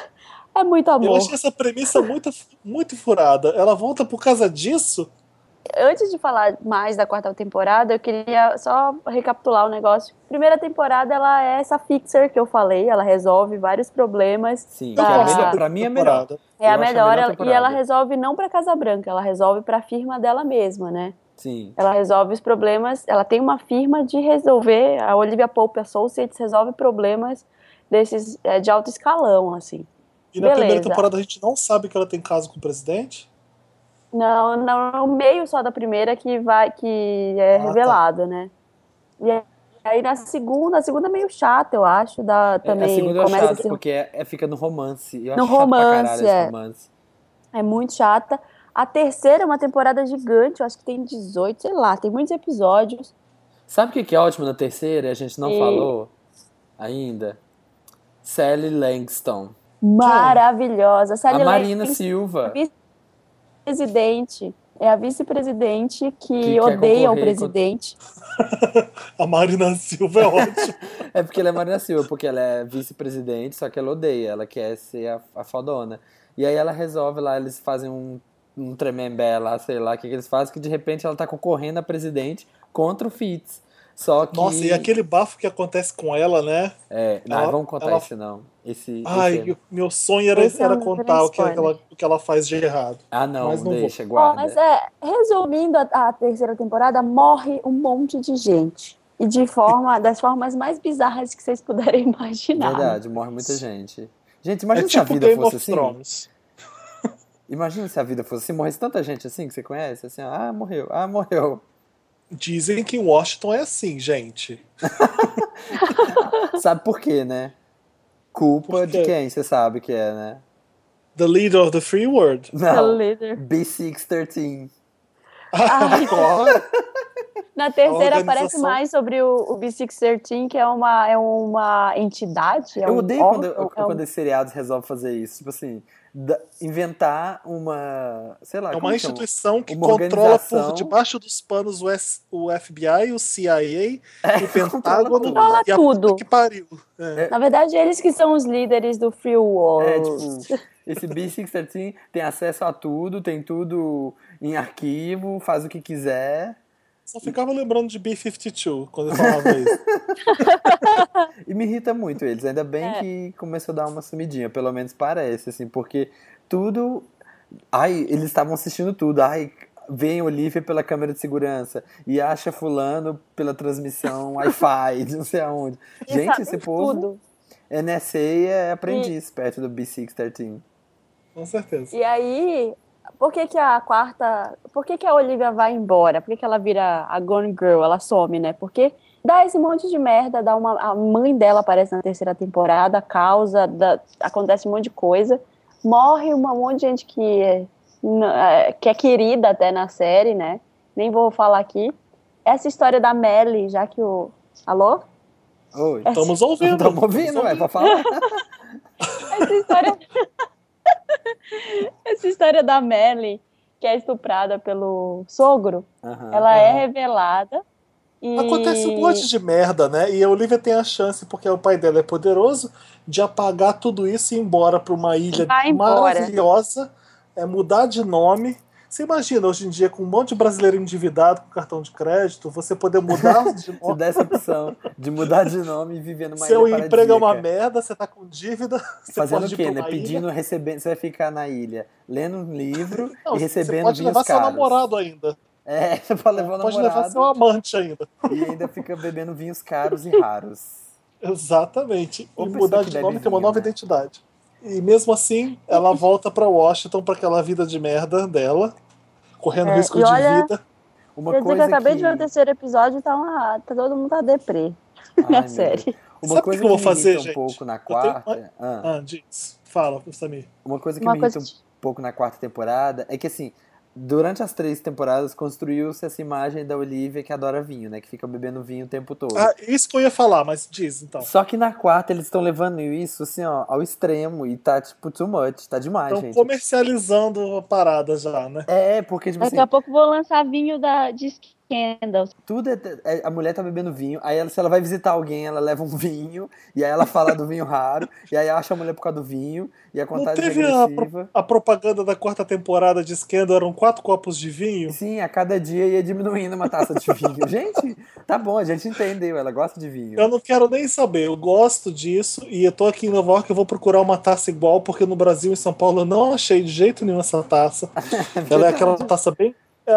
É muito amor. Eu achei essa premissa muito, muito furada. Ela volta por causa disso? Antes de falar mais da quarta temporada, eu queria só recapitular o um negócio. Primeira temporada, ela é essa fixer que eu falei, ela resolve vários problemas. Sim, Ah. da... é Tá. melhor, pra mim é melhor. É a melhor, a melhor ela, e ela resolve não pra Casa Branca, ela resolve pra firma dela mesma, né? Sim. Ela resolve os problemas, ela tem uma firma de resolver, a Olivia Pope Associates resolve problemas desses é, de alto escalão, assim. E na Beleza. primeira temporada a gente não sabe que ela tem caso com o presidente? Não, não, no meio só da primeira que vai que é ah, revelado, tá. né? E aí na segunda, a segunda é meio chata, eu acho, da também é, assim, a segunda começa é chata, esse... porque é, é, fica no romance, eu no acho romance, é. romance. É muito chata. A terceira é uma temporada gigante, eu acho que tem 18, sei lá, tem muitos episódios. Sabe o que, que é ótimo na terceira? A gente não e... falou ainda. Sally Langston maravilhosa. Sally É. a Marina Leste, Silva. Presidente. É a vice-presidente que, que, odeia o presidente. Contra... a Marina Silva é ótima. é porque ela é Marina Silva, porque ela é vice-presidente, só que ela odeia, ela quer ser a, a fodona. E aí ela resolve lá, eles fazem um, um tremembé lá, sei lá o que, que eles fazem, que de repente ela tá concorrendo a presidente contra o Fitz. Só que... Nossa, e aquele bafo que acontece com ela, né? É, não, ela, vamos contar ela... isso não. Esse, Ai, esse... é meu sonho era, era contar o que, ela, o que ela faz de errado. Ah, não, mas não deixa, vou. guarda. Oh, mas é, resumindo a, a, terceira temporada, morre um monte de gente. E de forma, das formas mais bizarras que vocês puderem imaginar. Verdade, morre muita gente. Gente, imagina é tipo se a vida Game fosse assim. Thrones. Imagina se a vida fosse assim, morresse tanta gente assim que você conhece, assim, ah, morreu, ah, morreu. Dizem que Washington é assim, gente. Sabe por quê, né? Culpa de quem você sabe que é, né? The leader of the free world. Não. B613. Ai, Na terceira aparece mais sobre o, o B613, que é uma, é uma entidade. É eu um odeio quando, órgão, eu, é quando um... esses seriados resolvem fazer isso. Tipo assim, da, inventar uma. Sei lá. É uma instituição que uma controla por debaixo dos panos o, S, o FBI, o CIA, é, o Pentágono controla e a tudo. que pariu. É. Na verdade, eles que são os líderes do Free World. É, tipo, esse B613 tem acesso a tudo, tem tudo em arquivo, faz o que quiser. Só ficava lembrando de B-52 quando eu falava isso. e me irrita muito eles. Ainda bem é. que começou a dar uma sumidinha, pelo menos parece, assim, porque tudo. Ai, eles estavam assistindo tudo. Ai, vem Olivia pela câmera de segurança e acha Fulano pela transmissão Wi-Fi, não sei aonde. E Gente, esse povo. Tudo. NSA é aprendiz e... perto do B613. Com certeza. E aí, por que, que, a quarta. Por que, que, a Olivia vai embora? Por que, que, ela vira a Gone Girl? Ela some, né? Porque dá esse monte de merda, dá uma. A mãe dela aparece na terceira temporada, causa, dá, acontece um monte de coisa. Morre um monte de gente que é, que é querida até na série, né? Nem vou falar aqui. Essa história da Melly, já que o. Alô? Oi, estamos Essa... ouvindo. Estamos ouvindo, ouvindo, é pra falar. Essa história. Essa história da Melly, que é estuprada pelo sogro, uhum, ela uhum. é revelada. E... Acontece um monte de merda, né? E a Olivia tem a chance, porque o pai dela é poderoso, de apagar tudo isso e ir embora para uma ilha maravilhosa, é, mudar de nome. Você imagina hoje em dia, com um monte de brasileiro endividado com cartão de crédito, você poder mudar de nome. dessa opção de mudar de nome e viver numa Seu ilha emprego é uma merda, você tá com dívida. Você Fazendo o quê, né? Pedindo, ilha. recebendo. Você vai ficar na ilha lendo um livro Não, e recebendo Você pode levar caros. seu namorado ainda. É, você pode levar Pode namorado, levar seu amante ainda. E ainda fica bebendo vinhos caros e raros. Exatamente. Ou mudar de nome, ter uma nova né? identidade. E mesmo assim, ela volta para Washington para aquela vida de merda dela, correndo É, risco e de olha, vida. Uma Quer dizer que coisa eu acabei de ver o terceiro episódio, tá, uma, tá todo mundo tá deprê Ai, na meu série. Deus. Uma Sabe o coisa que eu vou me fazer, irrita um gente? pouco na Eu tenho- quarta. Ah, Ah, diz. Fala, Samir. uma coisa que Uma me coisa irrita um que- pouco na quarta temporada é que assim, durante as três temporadas, construiu-se essa imagem da Olivia que adora vinho, né? Que fica bebendo vinho o tempo todo. Ah, isso que eu ia falar, mas diz então. Só que na quarta eles estão levando isso, assim, ó, ao extremo. E tá, tipo, too much. Tá demais, Estão gente. comercializando a parada já, né? É, porque, tipo assim, Daqui a pouco vou lançar vinho da, de Scandals. tudo é, é- A mulher tá bebendo vinho, aí ela, se ela vai visitar alguém, ela leva um vinho, e aí ela fala do vinho raro, e aí acha a mulher por causa do vinho, e a Não contagem teve a, regressiva. a propaganda da quarta temporada de Scandal eram quatro copos de vinho? Sim, a cada dia ia diminuindo uma taça de vinho. gente, tá bom, a gente entendeu, ela gosta de vinho. Eu não quero nem saber, eu gosto disso e eu tô aqui em Nova York eu vou procurar uma taça igual, porque no Brasil e em São Paulo eu não achei de jeito nenhum essa taça. ela é aquela taça bem. É,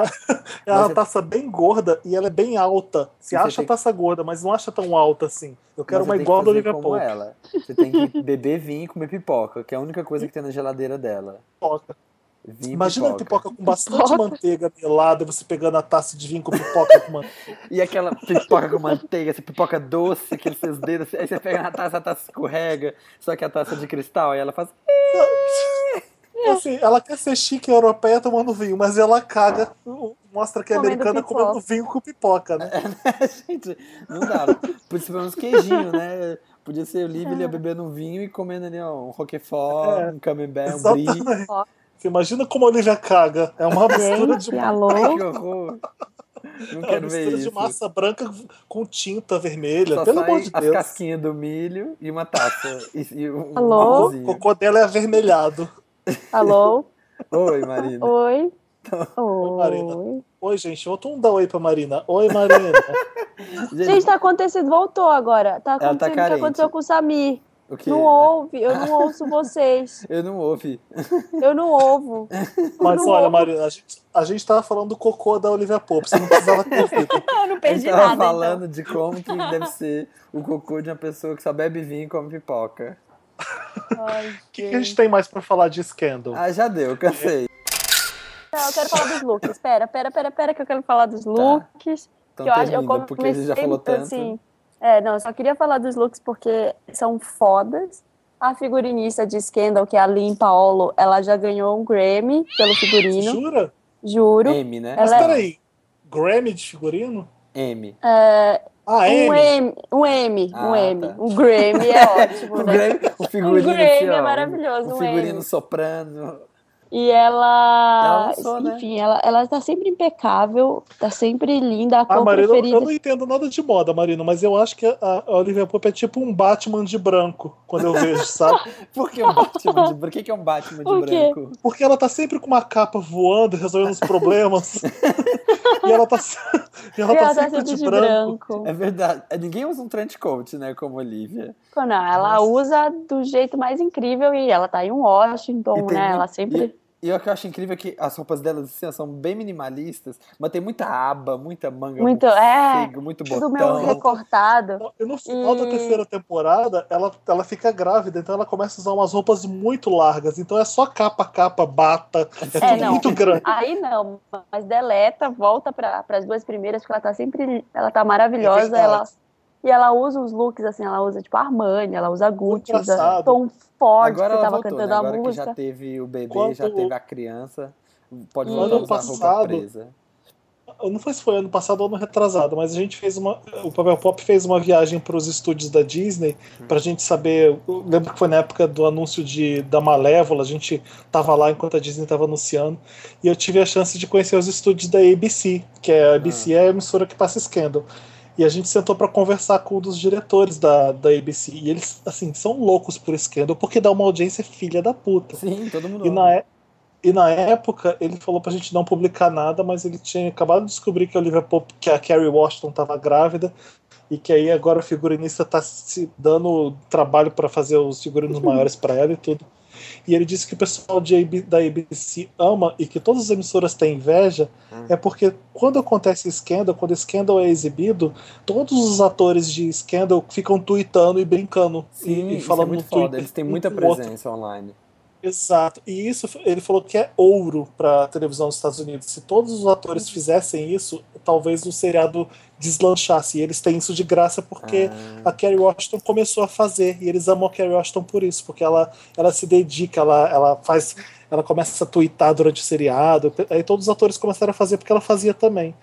é uma Mas é- taça bem gorda e ela é bem alta. Sim, Você você acha tem a taça gorda, mas não acha tão alta assim. Eu quero Mas uma você tem igual que do fazer Olivia como é. Pope. ela. Você tem que beber vinho e comer pipoca, que é a única coisa que tem na geladeira dela. Pipoca. Vinho e Imagina a pipoca. pipoca com bastante Pipoca. manteiga melada e você pegando a taça de vinho com pipoca com manteiga. E aquela pipoca com manteiga, essa pipoca doce, que seus dedos, aí você pega na taça, a taça escorrega, só que a taça é de cristal, aí ela faz. É. Assim, ela quer ser chique europeia tomando vinho, mas ela caga, mostra que é Comendo americana pipoca. comendo vinho com pipoca, né? Gente, não dá. Podia ser uns queijinhos, né? Podia ser o Livre É. ali, ó, bebendo um vinho e comendo ali, ó, um roquefort, um camembert, um brie. Exatamente. Você imagina como a Olivia caga. É uma mistura de, Gente, alô? Que horror. Não é uma quero ver mistura de isso. massa branca com tinta vermelha. Só Pelo sai amor de as Deus. casquinhas do milho e uma taça. E, e um Alô? O pãozinho. cocô dela é avermelhado. Alô? Oi, Marina. Oi? Marina. Oi. Oi, gente. Volta um dar oi pra Marina. Oi, Marina. Gente, tá acontecendo, voltou agora. Tá Ela acontecendo tá o que carente. aconteceu com o Samir. o quê? Não ouve, eu não ouço vocês. Eu não ouvi. Eu não ouvo. Mas Não olha, ouvo. Marina, a gente, a gente tava falando do cocô da Olivia Pope. Você não precisava ter ouvido. Ah, Eu não A perdi gente tava nada. então. falando de como que deve ser o cocô de uma pessoa que só bebe vinho e come pipoca. Então. Ai, O que, que a gente tem mais pra falar de Scandal? Ah, já deu, cansei. Não, eu quero falar dos looks. Pera, pera, pera, pera, que eu quero falar Tá. dos looks. Então que eu acho, eu termina, porque a gente já comecei, falou tanto. assim, é, não, eu só queria falar dos looks porque são fodas. A figurinista de Scandal, que é a Lynn Paolo, ela já ganhou um Grammy pelo figurino, Jura? juro. M, né? Mas Ela- peraí. Grammy de figurino? É. M. Ah, Um M. M, um M, Ah, um M. tá. Um Grammy é ótimo, O, né? Grammy, o figurino, um Grammy assim, ó, é maravilhoso, O um figurino M. soprando. E ela, Ela lançou, né? enfim, ela, ela tá sempre impecável, tá sempre linda, a Ah, cor Marina, eu- preferida. é eu não entendo nada de moda, Marina, mas eu acho que a, a Olivia Pope é tipo um Batman de branco, quando eu vejo, sabe? Por que um Batman? De... Por que, que é um Batman de Por quê? branco? Porque ela tá sempre com uma capa voando, resolvendo os problemas. e ela tá, se- e ela E tá sempre de, branco. É verdade. É, Ninguém usa um trench coat, né? Como a Olivia. Não, ela usa do jeito mais incrível e ela tá em Washington, E tem né? muito- Ela sempre. E o que eu acho incrível é que as roupas delas assim, ó, são bem minimalistas, mas tem muita aba, muita manga, muito Muito- é, figo, muito Tudo meio botão. recortado. E no final da E- terceira temporada, ela, ela fica grávida, então ela começa a usar umas roupas muito largas. Então é só capa, capa, bata. É, É, tudo não. muito grande. Aí não, mas deleta, volta para as duas primeiras, porque ela tá sempre. Ela tá É maravilhosa. verdade. ela, e ela usa os looks, assim, ela usa tipo Armani, ela usa Gucci, usa engraçado. Tom Agora Ford, que ela tava voltou, cantando né? a Agora que música. já teve o bebê, Quando- já teve a criança, pode Hum. voltar a Ano usar a roupa passado- presa. Eu não sei se foi ano passado ou ano retrasado, mas a gente fez uma. O Papel Pop fez uma viagem para os estúdios da Disney pra gente saber. eu lembro que foi na época do anúncio de, da Malévola, a gente tava lá enquanto a Disney tava anunciando, e eu tive a chance de conhecer os estúdios da ABC, que é a ABC é a emissora que passa Scandal. E a gente sentou pra conversar com um dos diretores da, da ABC. E eles, assim, são loucos por Scandal, porque dá uma audiência filha da puta. Sim, todo mundo E ama. na, é- e na época ele falou pra gente não publicar nada, mas ele tinha acabado de descobrir que a Olivia Pope, que a Carrie Washington tava grávida, e que aí agora o figurinista tá se dando trabalho pra fazer os figurinos maiores pra ela e tudo. E ele disse que o pessoal de AB da ABC ama e que todas as emissoras têm inveja, Hum. é porque quando acontece Scandal, quando Scandal é exibido, todos os atores de Scandal ficam tweetando e brincando Sim, e, e isso é falando muito no Twitter. foda. Eles têm muita um com o outro. presença online. Exato. E isso ele falou que é ouro para televisão dos Estados Unidos. Se todos os atores fizessem isso, talvez o seriado deslanchasse. E eles têm isso de graça É. porque Ah, a Kerry Washington começou a fazer e eles amam a Kerry Washington por isso, porque ela, ela se dedica, ela, ela faz, ela começa a twittar durante o seriado. Aí todos os atores começaram a fazer porque ela fazia também.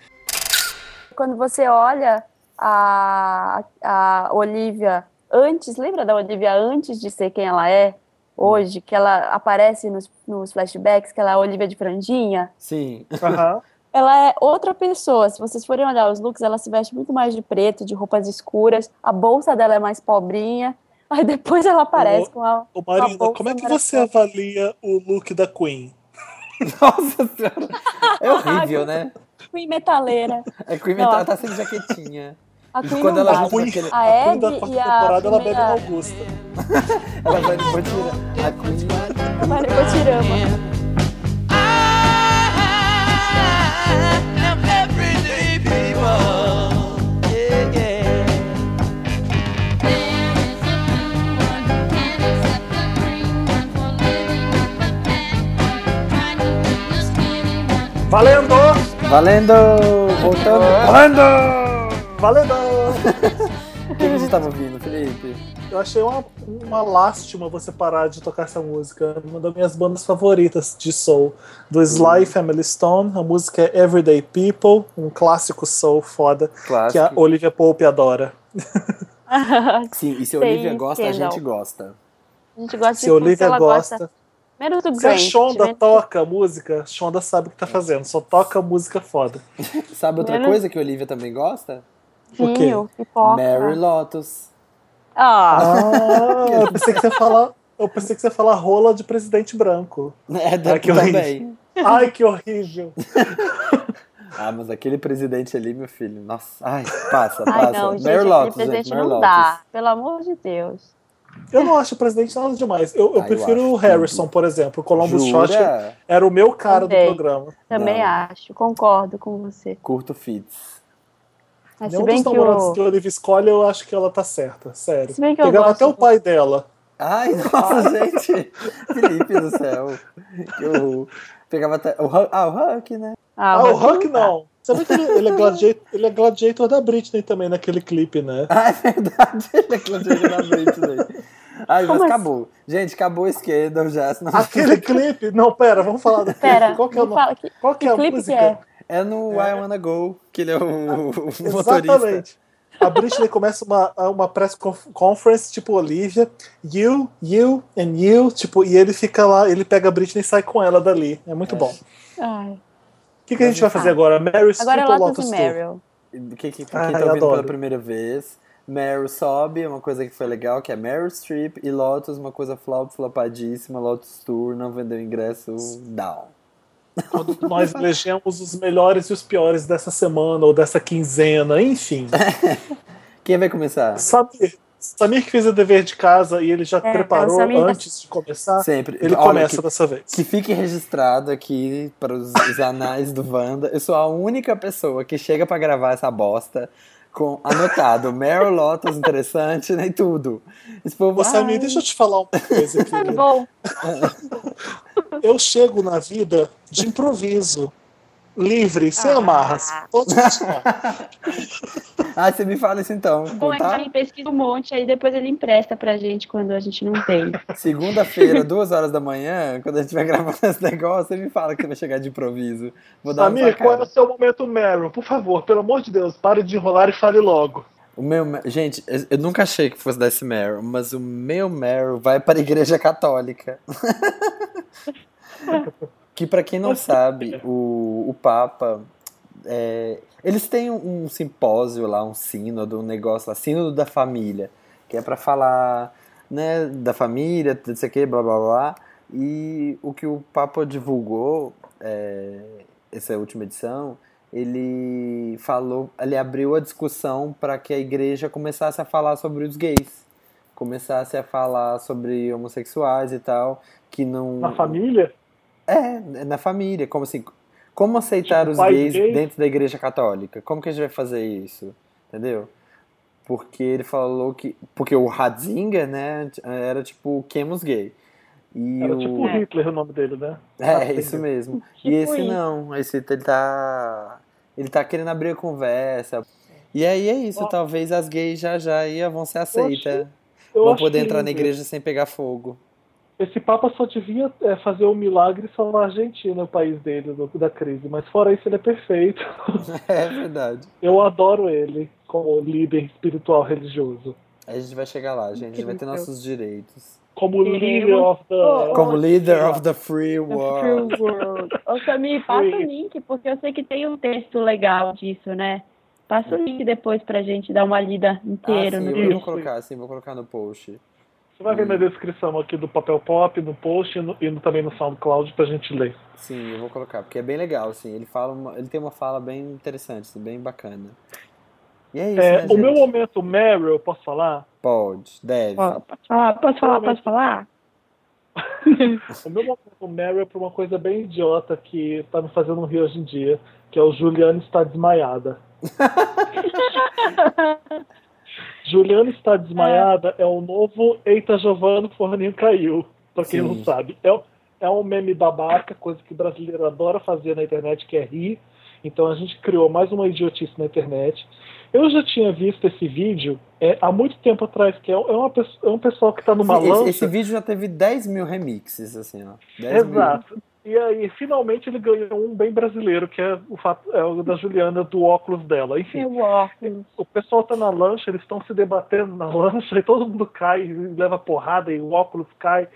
Quando você olha a, a Olivia antes, lembra da Olivia antes de ser quem ela é? Hum. hoje, que ela aparece nos, nos, flashbacks, que ela é a Olivia de franjinha. Sim. Uhum. Ela é outra pessoa. Se vocês forem olhar os looks, ela se veste muito mais de preto, de roupas escuras. A bolsa dela é mais pobrinha. Aí depois ela aparece ô, com a. Ô Marina, bolsa como é que maravilhosa. você avalia o look da Queen? Nossa senhora. É horrível, né? Queen metaleira. É que o Não, inventário a- tá sem jaquetinha. A E Queen quando não ela Ah, dá. junta Queen- aquele- A A Queen Abby da e quarta a temporada, ela bebe no primeira... Augusta. Ela vai depois tirar. A Queen. Maria Cotirama. Valendo! Valendo! Voltando! Ah. Valendo! Valendo! O que a gente tava ouvindo, Felipe? Eu achei uma, uma lástima você parar de tocar essa música. É Uma das minhas bandas favoritas de soul. Do Uhum. Sly Family Stone. A música é Everyday People, um clássico soul foda que a Clássico. Olivia Pope adora. Sim, e se a Sim, Olivia gosta, a Kendall. gente gosta. A gente gosta Se de a tudo, Olivia ela gosta, um Menos do né? Se a Grant. Shonda menos- toca a música, Shonda sabe o que tá fazendo, só toca música foda. Sabe outra Menos- coisa que a Olivia também gosta? O quê? Vinho, pipoca. Mary Lotus. Ah, Ah, eu pensei que você ia falar. Eu pensei que você ia falar rola de presidente branco. É, da Ah, que também. Ai, que horrível. Ah, mas aquele presidente ali, meu filho. Nossa, ai, passa, passa. ai não, gente. Mary aquele Lotus, presente gente, Mary não Lotus. dá. Pelo amor de Deus. Eu não acho o presidente nada demais. Eu, eu Ah, eu prefiro acho o Harrison, por exemplo. O Columbus Jura? Short era o meu cara Também. do programa. Também Não. acho, concordo com você. Curto fits. Mas se Nenhum bem dos que namorados o. que a Olivia escolhe, eu acho que ela tá certa, sério. Se bem que eu Pegava gosto até o do- pai dela. Ai, nossa, gente. Felipe do céu. Que horror. Pegava até... O Hulk, ah, o Hulk, né? Ah, o Hulk Hulk não. Sabe que ele, ele é gladiator, ele é gladiator da Britney também naquele clipe, né? Ah, é verdade. Ele é Claudinho da Britney. Ai, mas Como assim? Ah. acabou. Gente, acabou o esquerdo já. Senão... Aquele clipe. Não, pera, vamos falar do clipe. Pera, Qual que é o me nome? fala que- Qual que é que a clipe música? que é? É no I Wanna Go, que ele é o, o motorista. Exatamente. A Britney começa uma, uma press conf- conference, tipo Olivia, you, you and you, tipo, e ele fica lá, ele pega a Britney e sai com ela dali. É muito É. bom. O Ai. que, que a gente vai fazer agora? Mary Streep Agora é ou Lotus Lotus e Tour? Meryl. Que, que, que, Ai, quem tá eu ouvindo pela adoro. primeira vez. Meryl sobe, uma coisa que foi legal, que é Meryl Streep. E Lotus, uma coisa flop, flopadíssima. Lotus Tour, não vendeu ingresso, down. Quando nós elegemos os melhores e os piores dessa semana ou dessa quinzena, enfim. É. Quem vai começar? Samir, Samir que fez o dever de casa e ele já preparou Samir tá- antes de começar, Sempre. ele Olha, começa que- dessa vez. Que fique registrado aqui para os, os anais do Wanda. Eu sou a única pessoa que chega pra gravar essa bosta com anotado Meryl Lotus interessante né, e tudo. Esse povo, Ô, Samir, ai, deixa eu te falar uma coisa aqui. Tá Sabe, bom. eu chego na vida de improviso. Livre, sem Ah. amarras. Todos os dias. ai, você me fala isso então. Bom, é que tá? ele pesquisa um monte, aí depois ele empresta pra gente quando a gente não tem. Segunda-feira, duas horas da manhã, quando a gente vai gravar esse negócio, você me fala que você vai chegar de improviso. Vou dar uma Samir, qual é o sacada. seu momento Meryl? Por favor, pelo amor de Deus, pare de enrolar e fale logo. O meu, gente, eu- eu nunca achei que fosse dar esse Meryl, mas o meu Meryl vai para a Igreja Católica. que para quem não sabe, o, o Papa, é, eles têm um, um simpósio lá, um sínodo, um negócio lá, sínodo da família, que é para falar, né, da família, tudo isso aqui, blá blá blá. E o que o Papa divulgou, é, essa última edição, ele falou, ele abriu a discussão para que a igreja começasse a falar sobre os gays, começasse a falar sobre homossexuais e tal, que não Na família? é, na família, como assim, como aceitar Tipo, os pai gays gay? dentro da igreja católica? Como que a gente vai fazer isso? Entendeu? Porque ele falou que, porque o Ratzinger, né, era tipo, queimos gay. E Era o... tipo Hitler o nome dele, né? É, Ratzinger. isso mesmo. e Tipo esse isso. não, esse ele tá. Ele tá querendo abrir a conversa. E aí é isso, Ó. talvez as gays já já ia, vão ser aceitas. Eu Vão acho poder que entrar na igreja sem pegar fogo. Esse Papa só devia é, fazer um milagre só na Argentina, o país dele, do- da crise. Mas fora isso, ele é perfeito. É verdade. Eu adoro ele como líder espiritual religioso. A gente vai chegar lá, gente. A gente vai ter nossos direitos. Como Queremos- líder of the... Oh, Como leader of the free world. True World. Ô, Samir, passa o link, porque eu sei que tem um texto legal disso, né? Passa o link depois pra gente dar uma lida Ah, inteira sim, no eu Isso. vou colocar, sim, vou colocar no post. Você vai ver na descrição aqui do Papel Pop, no post e, no- e no- também no SoundCloud pra gente ler. Sim, eu vou colocar, porque é bem legal, assim. Ele fala, uma- ele tem uma fala bem interessante, assim, bem bacana. E é isso, É, né, o meu gente? momento Meryl, eu posso falar? Pode, deve. Ó, posso falar? Posso falar? Posso falar? O meu momento Meryl é pra uma coisa bem idiota que tá me fazendo rir hoje em dia, que é o Juliana está desmaiada. Juliana está desmaiada é o novo Eita Giovano Forninho caiu, pra quem Sim. não sabe. É, o- é um meme babaca, coisa que brasileiro adora fazer na internet, que é rir. Então a gente criou mais uma idiotice na internet. Eu já tinha visto esse vídeo é, há muito tempo atrás, que é, um- é uma pessoa- é um pessoal que tá numa Esse- lancha. Esse, vídeo já teve 10 mil remixes, assim, ó. 10 mil. Exato. E aí, finalmente, ele ganhou um bem brasileiro, que é o, fato, é o da Juliana, do óculos dela. Enfim, Meu óculos. o pessoal tá na lancha, eles estão se debatendo na lancha, e todo mundo cai, e leva porrada, e o óculos cai.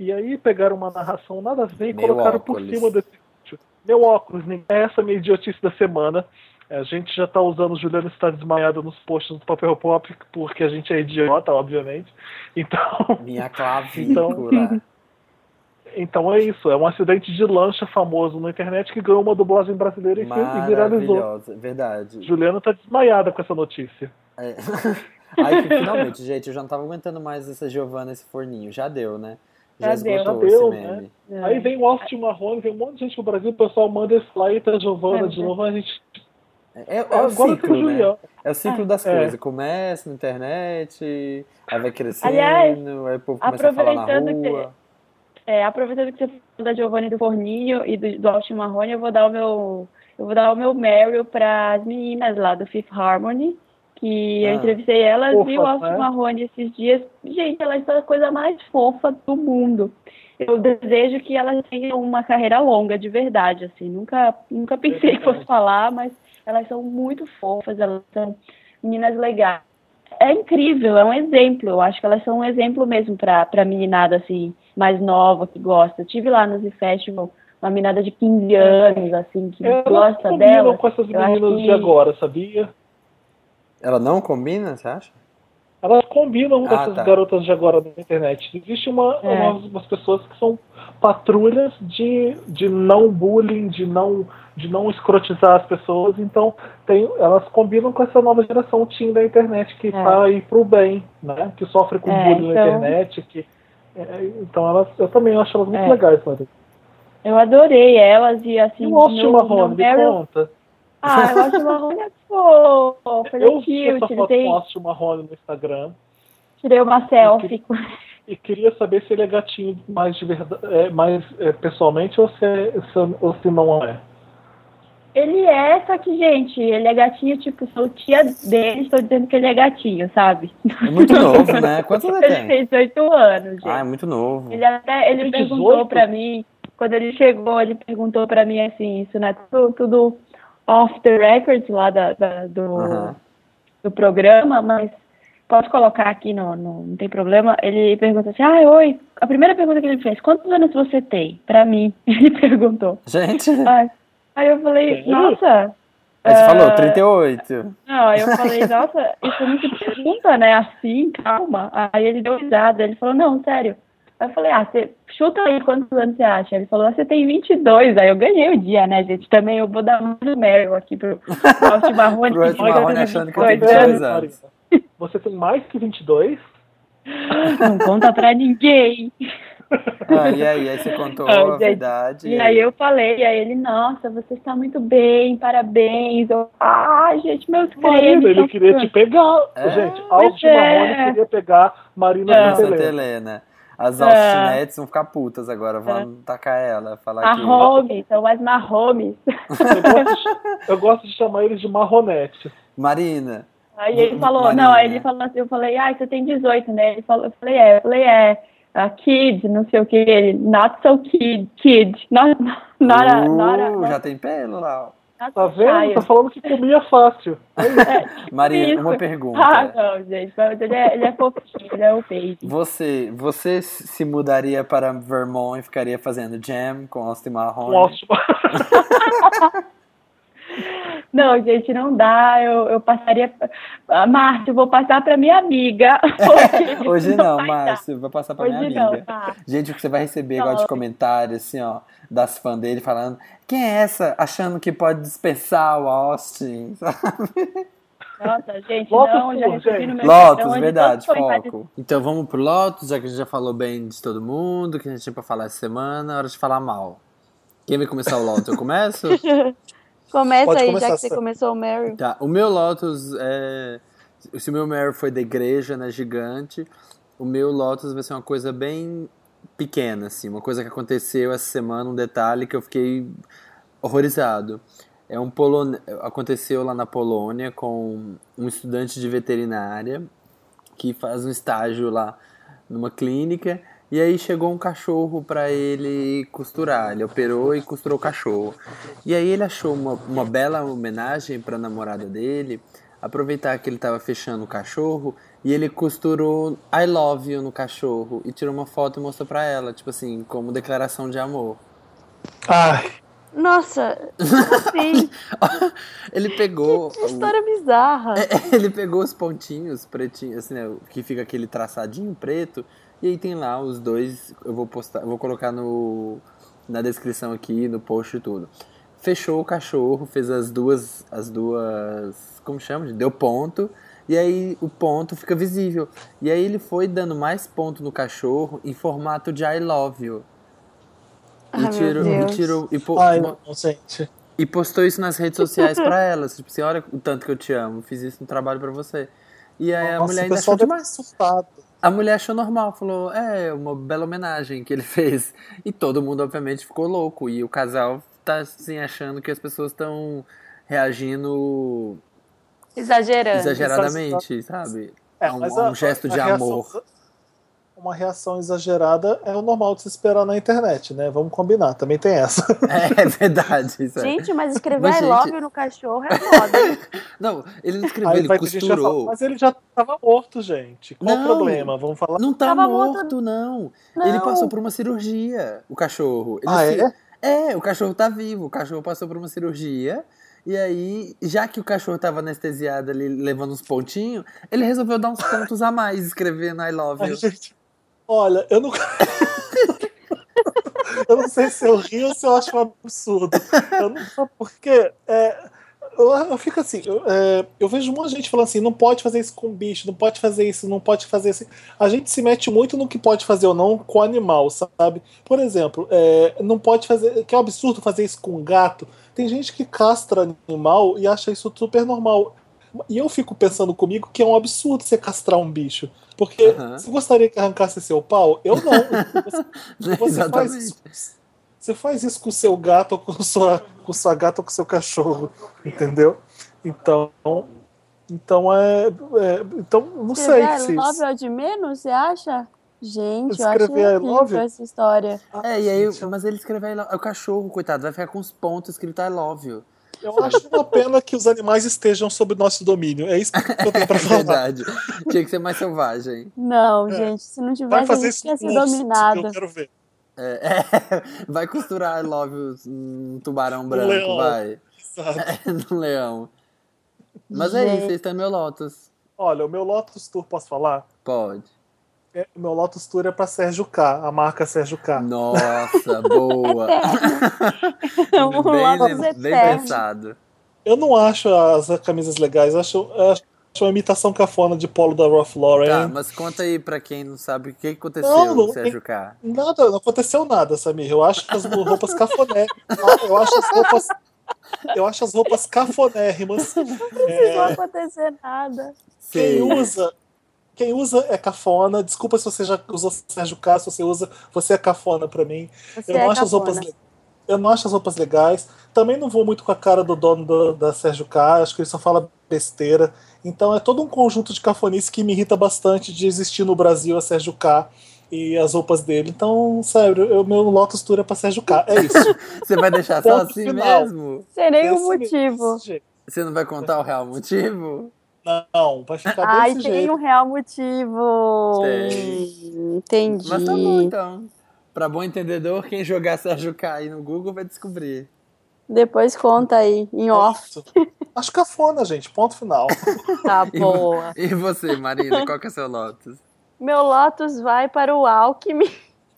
E aí pegaram uma narração nada a ver e Meu colocaram por óculos. cima desse vídeo. Meu óculos, nem- essa é a minha idiotice da semana. A gente já tá usando Juliana está desmaiada nos posts do Papel Pop, porque a gente é idiota, obviamente. Então, Minha clavícula. Então é isso, é um acidente de lancha famoso na internet que ganhou uma dublagem brasileira e, fez- e viralizou. Maravilhosa, verdade. Juliana tá desmaiada com essa notícia. Aí que finalmente, gente, eu já não tava aguentando mais essa Giovanna, esse forninho. Já deu, né? Já, Já esgotou deu, né? já deu, esse meme. É. Aí vem o Austin Marrone, vem um monte de gente pro Brasil, o pessoal manda esse lá e tá Giovana É, de né? novo, a gente. É, é o Agora com ciclo, né? Juliana. É o ciclo das É. coisas. Começa na internet, aí vai crescendo, Aliás, aí o povo começa a falar na aproveitando que- rua. É, aproveitando que você falou da Giovanni do Forninho e do, do Austin Marrone, eu vou dar o meu, eu vou dar o meu Meryl para as meninas lá do Fifth Harmony, que Ah. eu entrevistei elas Fofas, e o Austin né? Marrone esses dias. Gente, elas são a coisa mais fofa do mundo. Eu desejo que elas tenham uma carreira longa, de verdade, assim. Nunca, nunca pensei que fosse Verdade. falar, mas elas são muito fofas, elas são meninas legais. É incrível, é um exemplo. Eu acho que elas são um exemplo mesmo pra, pra meninada, assim, mais nova, que gosta. Eu tive lá no Z Festival uma meninada de 15 anos, assim, que Elas gosta combinam dela. com essas eu acho meninas de que- agora, sabia? Ela não combina, você acha? Elas combinam com Ah, essas tá. garotas de agora na internet. Existe uma, É. umas, umas pessoas que são patrulhas de, de não bullying, de não, de não escrotizar as pessoas, então tem, elas combinam com essa nova geração teen da internet que É. tá aí pro bem, né? Que sofre com É, bullying na então- internet. Que, é, então elas, eu também acho elas muito É. legais, mano. Eu adorei elas e, assim, E o Austin meu- Marrone, meu me Meryl- conta. Ah, o Austin Marrone é fofo, ele é Eu vi essa cute, foto ele com o tem... Austin Marrone no Instagram. Tirei uma selfie com E queria saber se ele é gatinho mais de verdade, é, mais é, pessoalmente ou se, é- se- ou se não é. Ele é, só que, gente, ele é gatinho, tipo, sou tia dele, estou dizendo que ele é gatinho, sabe? É muito novo, né? Quantos ele Ele tem? fez oito anos, gente. Ah, é muito novo. Ele até ele Ele tem perguntou 18? pra mim, quando ele chegou, ele perguntou pra mim assim, isso né, tudo, tudo off the record lá da, da- do, Aham. do programa, mas posso colocar aqui, no, no- não tem problema. Ele perguntou assim, ah, oi, a primeira pergunta que ele fez, quantos anos você tem? Pra mim, ele perguntou. Gente, Ai, aí eu falei, Sério? nossa, aí você Ah. falou 38. não, aí eu falei, nossa, isso não se pergunta, né? Assim, calma. Aí ele deu risada, ele falou, não, sério. Aí eu falei, ah, você chuta aí quantos anos você acha? Ele falou, ah, você tem 22. Aí eu ganhei o dia, né, gente? Também eu vou dar mais um Meryl aqui pro pro Austin Marrone. Pro Austin que Marrone tem achando que eu tenho 22 anos. 22 anos. Marina, Você tem mais que 22? Não conta pra ninguém. Ah, e aí, aí você contou Ah, a gente. verdade. E aí eu falei, e aí ele, nossa, você está muito bem, parabéns. Eu, ah, gente, meus cremes. Marina, ele estão queria ficando." te pegar. É. Gente, Austin Pois é. Marrone queria pegar Marina Não. Santa Santelena. Helena. As Ah. alcinetes vão ficar putas agora, vão tacar ela, falar que... Marromes, são mais marromes. Eu gosto, de- eu gosto de chamar eles de marronete. Marina, Aí ele falou, Marina, não, né? aí ele falou assim, eu falei, ai, você tem 18, né? Ele falou, eu falei, é, eu falei, é, a kid, não sei o que, ele, not so kid, kid, not, not, a, not, a, Uh, not, já tem pelo lá. ó. not Tá vendo? tired. Tá falando que comia fácil. Marina, Isso. uma pergunta. Ah, não, gente, mas ele é, ele é fofinho, ele é o baby. Você, você se mudaria para Vermont e ficaria fazendo jam com Austin Marrone? Um ótimo. Não, gente, não dá, eu, eu passaria, ah, Márcio, eu vou passar pra minha amiga. Hoje, Hoje não, vai dar. Márcio. Vou passar pra Hoje minha não, amiga. tá. Gente, o que você vai receber agora de Não. comentário, assim, ó, das fãs dele falando quem é essa? Achando que pode dispensar o Austin. Nossa, gente, Lotus não, já Tour, recebi gente. no meu cartão, Lotus, Então, onde verdade, todos foram fazer- foco. Então vamos pro Lotus, já que a gente já falou bem de todo mundo, que a gente tinha pra falar essa semana, é hora de falar mal. Quem vai começar o Lotus? Eu começo? Começa Pode aí, começar, já que você Sam. começou o Mary. Tá, o meu Lotus é. Se o meu Mary foi da igreja, né, gigante, o meu Lotus vai ser uma coisa bem pequena, assim, uma coisa que aconteceu essa semana, um detalhe que eu fiquei horrorizado. É um polone... Aconteceu lá na Polônia com um estudante de veterinária que faz um estágio lá numa clínica. E aí chegou um cachorro pra ele costurar. Ele operou e costurou o cachorro. E aí ele achou uma, uma bela homenagem pra namorada dele. Aproveitar que ele tava fechando o cachorro e ele costurou I love you no cachorro e tirou uma foto e mostrou pra ela, tipo assim, como declaração de amor. Ai, Nossa, assim, Ele pegou que o- É, história bizarra. Ele pegou os pontinhos pretinhos, assim, né? Que fica aquele traçadinho preto. E aí tem lá os dois. Eu vou postar, eu vou colocar no na descrição aqui, no post e tudo. Fechou o cachorro, fez as duas, as duas, como chama? Deu ponto. E aí o ponto fica visível. E aí ele foi dando mais ponto no cachorro em formato de I love you. Ai, E meu tirou, e Deus. tirou, e po- ai, mo- não, gente. e postou isso nas redes sociais pra elas. Tipo assim, olha o tanto que eu te amo, fiz isso no trabalho pra você. E aí É, a Nossa, mulher o ainda achou pessoal tá demais. surtado. A mulher achou normal, falou, é, uma bela homenagem que ele fez. E todo mundo, obviamente, ficou louco. E o casal tá assim, achando que as pessoas estão reagindo Exagerando. é exageradamente, sabe? É, É um, mas é um a- gesto a de reação- amor. Uma reação exagerada é o normal de se esperar na internet, né? Vamos combinar, também tem essa. É, verdade, isso é. Gente, mas escrever Mas, I gente- love you no cachorro é foda. Não, ele não escreveu, Aí ele vai ter gente que vai falar, costurou. mas ele já tava morto, gente. Qual Não. o problema? Vamos falar. Não tá Tava morto, morto. não. Não. Ele passou por uma cirurgia, o cachorro. Ele Ah, se- é? É, o cachorro tá vivo. O cachorro passou por uma cirurgia. E aí, já que o cachorro tava anestesiado ali, levando uns pontinhos, ele resolveu dar uns pontos a mais escrevendo I love Ai, you. gente, olha, eu não. eu não sei se eu rio ou se eu acho um absurdo. Eu não sei porque. é, eu, eu fico assim, eu, é, eu vejo muita gente falando assim, não pode fazer isso com bicho, não pode fazer isso, não pode fazer isso. A gente se mete muito no que pode fazer ou não com animal, sabe? Por exemplo, é, não pode fazer. Que é um absurdo fazer isso com gato. Tem gente que castra animal e acha isso super normal. E eu fico pensando comigo que é um absurdo você castrar um bicho. Porque Aham. você gostaria que arrancasse seu pau? Eu não. Você você faz, Exatamente. isso, você faz isso com o seu gato ou com sua, com sua gata ou com seu cachorro, entendeu? Então, então é, é- então não sei Escrever se I love you é de menos, você acha? Gente, eu acho Escrever I love horrível you? essa história. É, e aí, mas ele escreveu I love O cachorro, coitado, vai ficar com uns pontos escrito I love you. eu acho uma pena que os animais estejam sob nosso domínio. É isso que eu tenho É para falar. verdade. Tinha que ser mais selvagem. Não, É. gente, se não Vai tivesse, a fazer gente isso ia com ser urso, que dominado. eu quero ver. É, é. vai costurar I love you um tubarão branco, leão. vai. sabe? no leão. Mas é isso, Gente. esse é meu Lotus. Olha, o meu Lotus Tour, posso falar? Pode. É, o meu Lotus Tour é para Sérgio K, a marca Sérgio K. Nossa, boa. É Um Lotus bem, bem eterno. pensado. Eu não acho as camisas legais, eu acho, eu acho uma imitação cafona de polo da Ralph Lauren. Tá, mas conta aí pra quem não sabe o que aconteceu Não, não com o Sérgio K. Nada, não aconteceu nada, Samir. Eu acho as roupas cafoné. Eu acho as roupas. Eu acho as roupas cafonérrimas. Não É, vai acontecer nada. Sim. quem usa. Quem usa é cafona. Desculpa se você já usou Sérgio Castro, se você usa, você é cafona pra mim. Você eu, é não acho as cafona. roupas, le- eu não acho as roupas legais. Também não vou muito com a cara do dono do- da Sérgio K. Acho que ele só fala besteira. Então é todo um conjunto de cafonice que me irrita bastante de existir no Brasil a Sérgio K. E as roupas dele. Então, sério, o meu Lotus Tour é pra Sérgio K. É isso. Você vai deixar só Ponto assim final. mesmo? Sem É nenhum assim mesmo, um motivo. desse jeito. Você não vai contar o real motivo? Não, vai ficar Ai, desse tem jeito. um real motivo. Tem. Hum, Entendi. Mas tá bom, então. Pra bom entendedor, quem jogar Sérgio K aí no Google vai descobrir. Depois conta aí, em um off. Isso. Acho cafona, gente. Ponto final. Tá E- boa. E você, Marina, qual que é o seu Lotus? Meu Lotus vai para o Alckmin.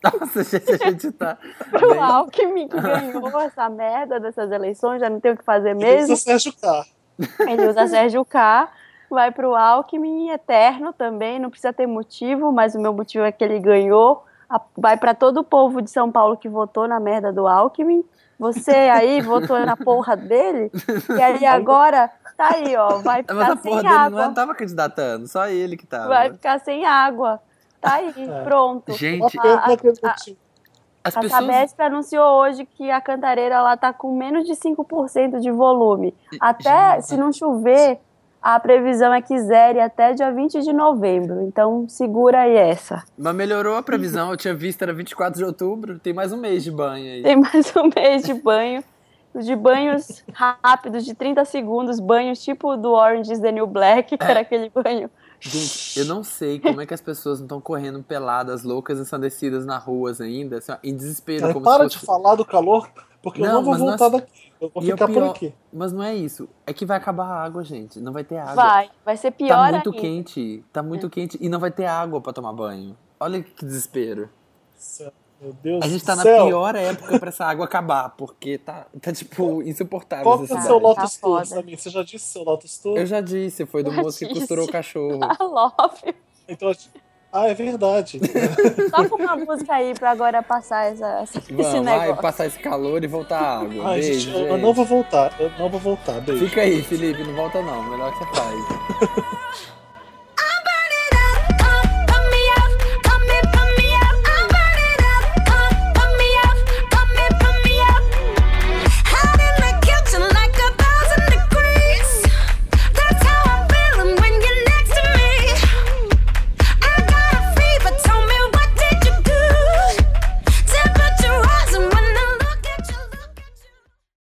Nossa, gente, a gente tá. Pro Bem... Alckmin que ganhou essa merda dessas eleições, já não tem o que fazer mesmo. Isso é Sérgio K. Ele usa Sérgio K, vai pro Alckmin eterno também, não precisa ter motivo, mas o meu motivo é que ele ganhou. A- Vai para todo o povo de São Paulo que votou na merda do Alckmin. Você aí votou na porra dele, e aí agora tá aí, ó, vai Mas ficar a porra sem dele não água. é- tava candidatando, só ele que tava. Vai ficar sem água. Tá aí, É. pronto. Uma Gente, pena que ele não a- tinha. as A pessoas. Sabesp anunciou hoje que a cantareira lá tá com menos de 5% de volume. Até Gente. se não chover, a previsão é que zere até dia 20 de novembro. Então segura aí essa. Mas melhorou a previsão, eu tinha visto, era 24 de outubro, tem mais um mês de banho aí. Tem mais um mês de banho. De banhos rápidos, de 30 segundos, banhos tipo do Orange is the New Black, É. que era aquele banho. Gente, eu não sei como é que as pessoas não estão correndo peladas, loucas, ensandecidas na ruas ainda, assim, ó, em desespero, Ai, como para se de fosse... falar do calor, porque eu Não, não vou mas nós- voltar daqui. Eu vou E é o ficar por pior- aqui. Mas não é isso. É que vai acabar a água, gente. Não vai ter água. Vai, vai ser pior tá muito ainda. É. quente. Tá muito quente. E não vai ter água pra tomar banho. Olha que desespero. Meu Deus A gente tá do na céu. pior época pra essa água acabar, porque tá, tá tipo, insuportável. Qual que essa é o Tá seu cidade. Lotus foda. Tour, Samir? Você já disse seu Lotus Tour? Eu já disse, foi do Já moço que disse. costurou o cachorro. I love. Então, ah, é verdade. Toca uma música aí pra agora passar essa, essa- esse Vamos, vai negócio. passar esse calor e voltar a água. Ai, Beijo, gente, eu- eu gente. não vou voltar. Eu não vou voltar. Beijo. Fica aí, Felipe, não volta não. Melhor que você faz.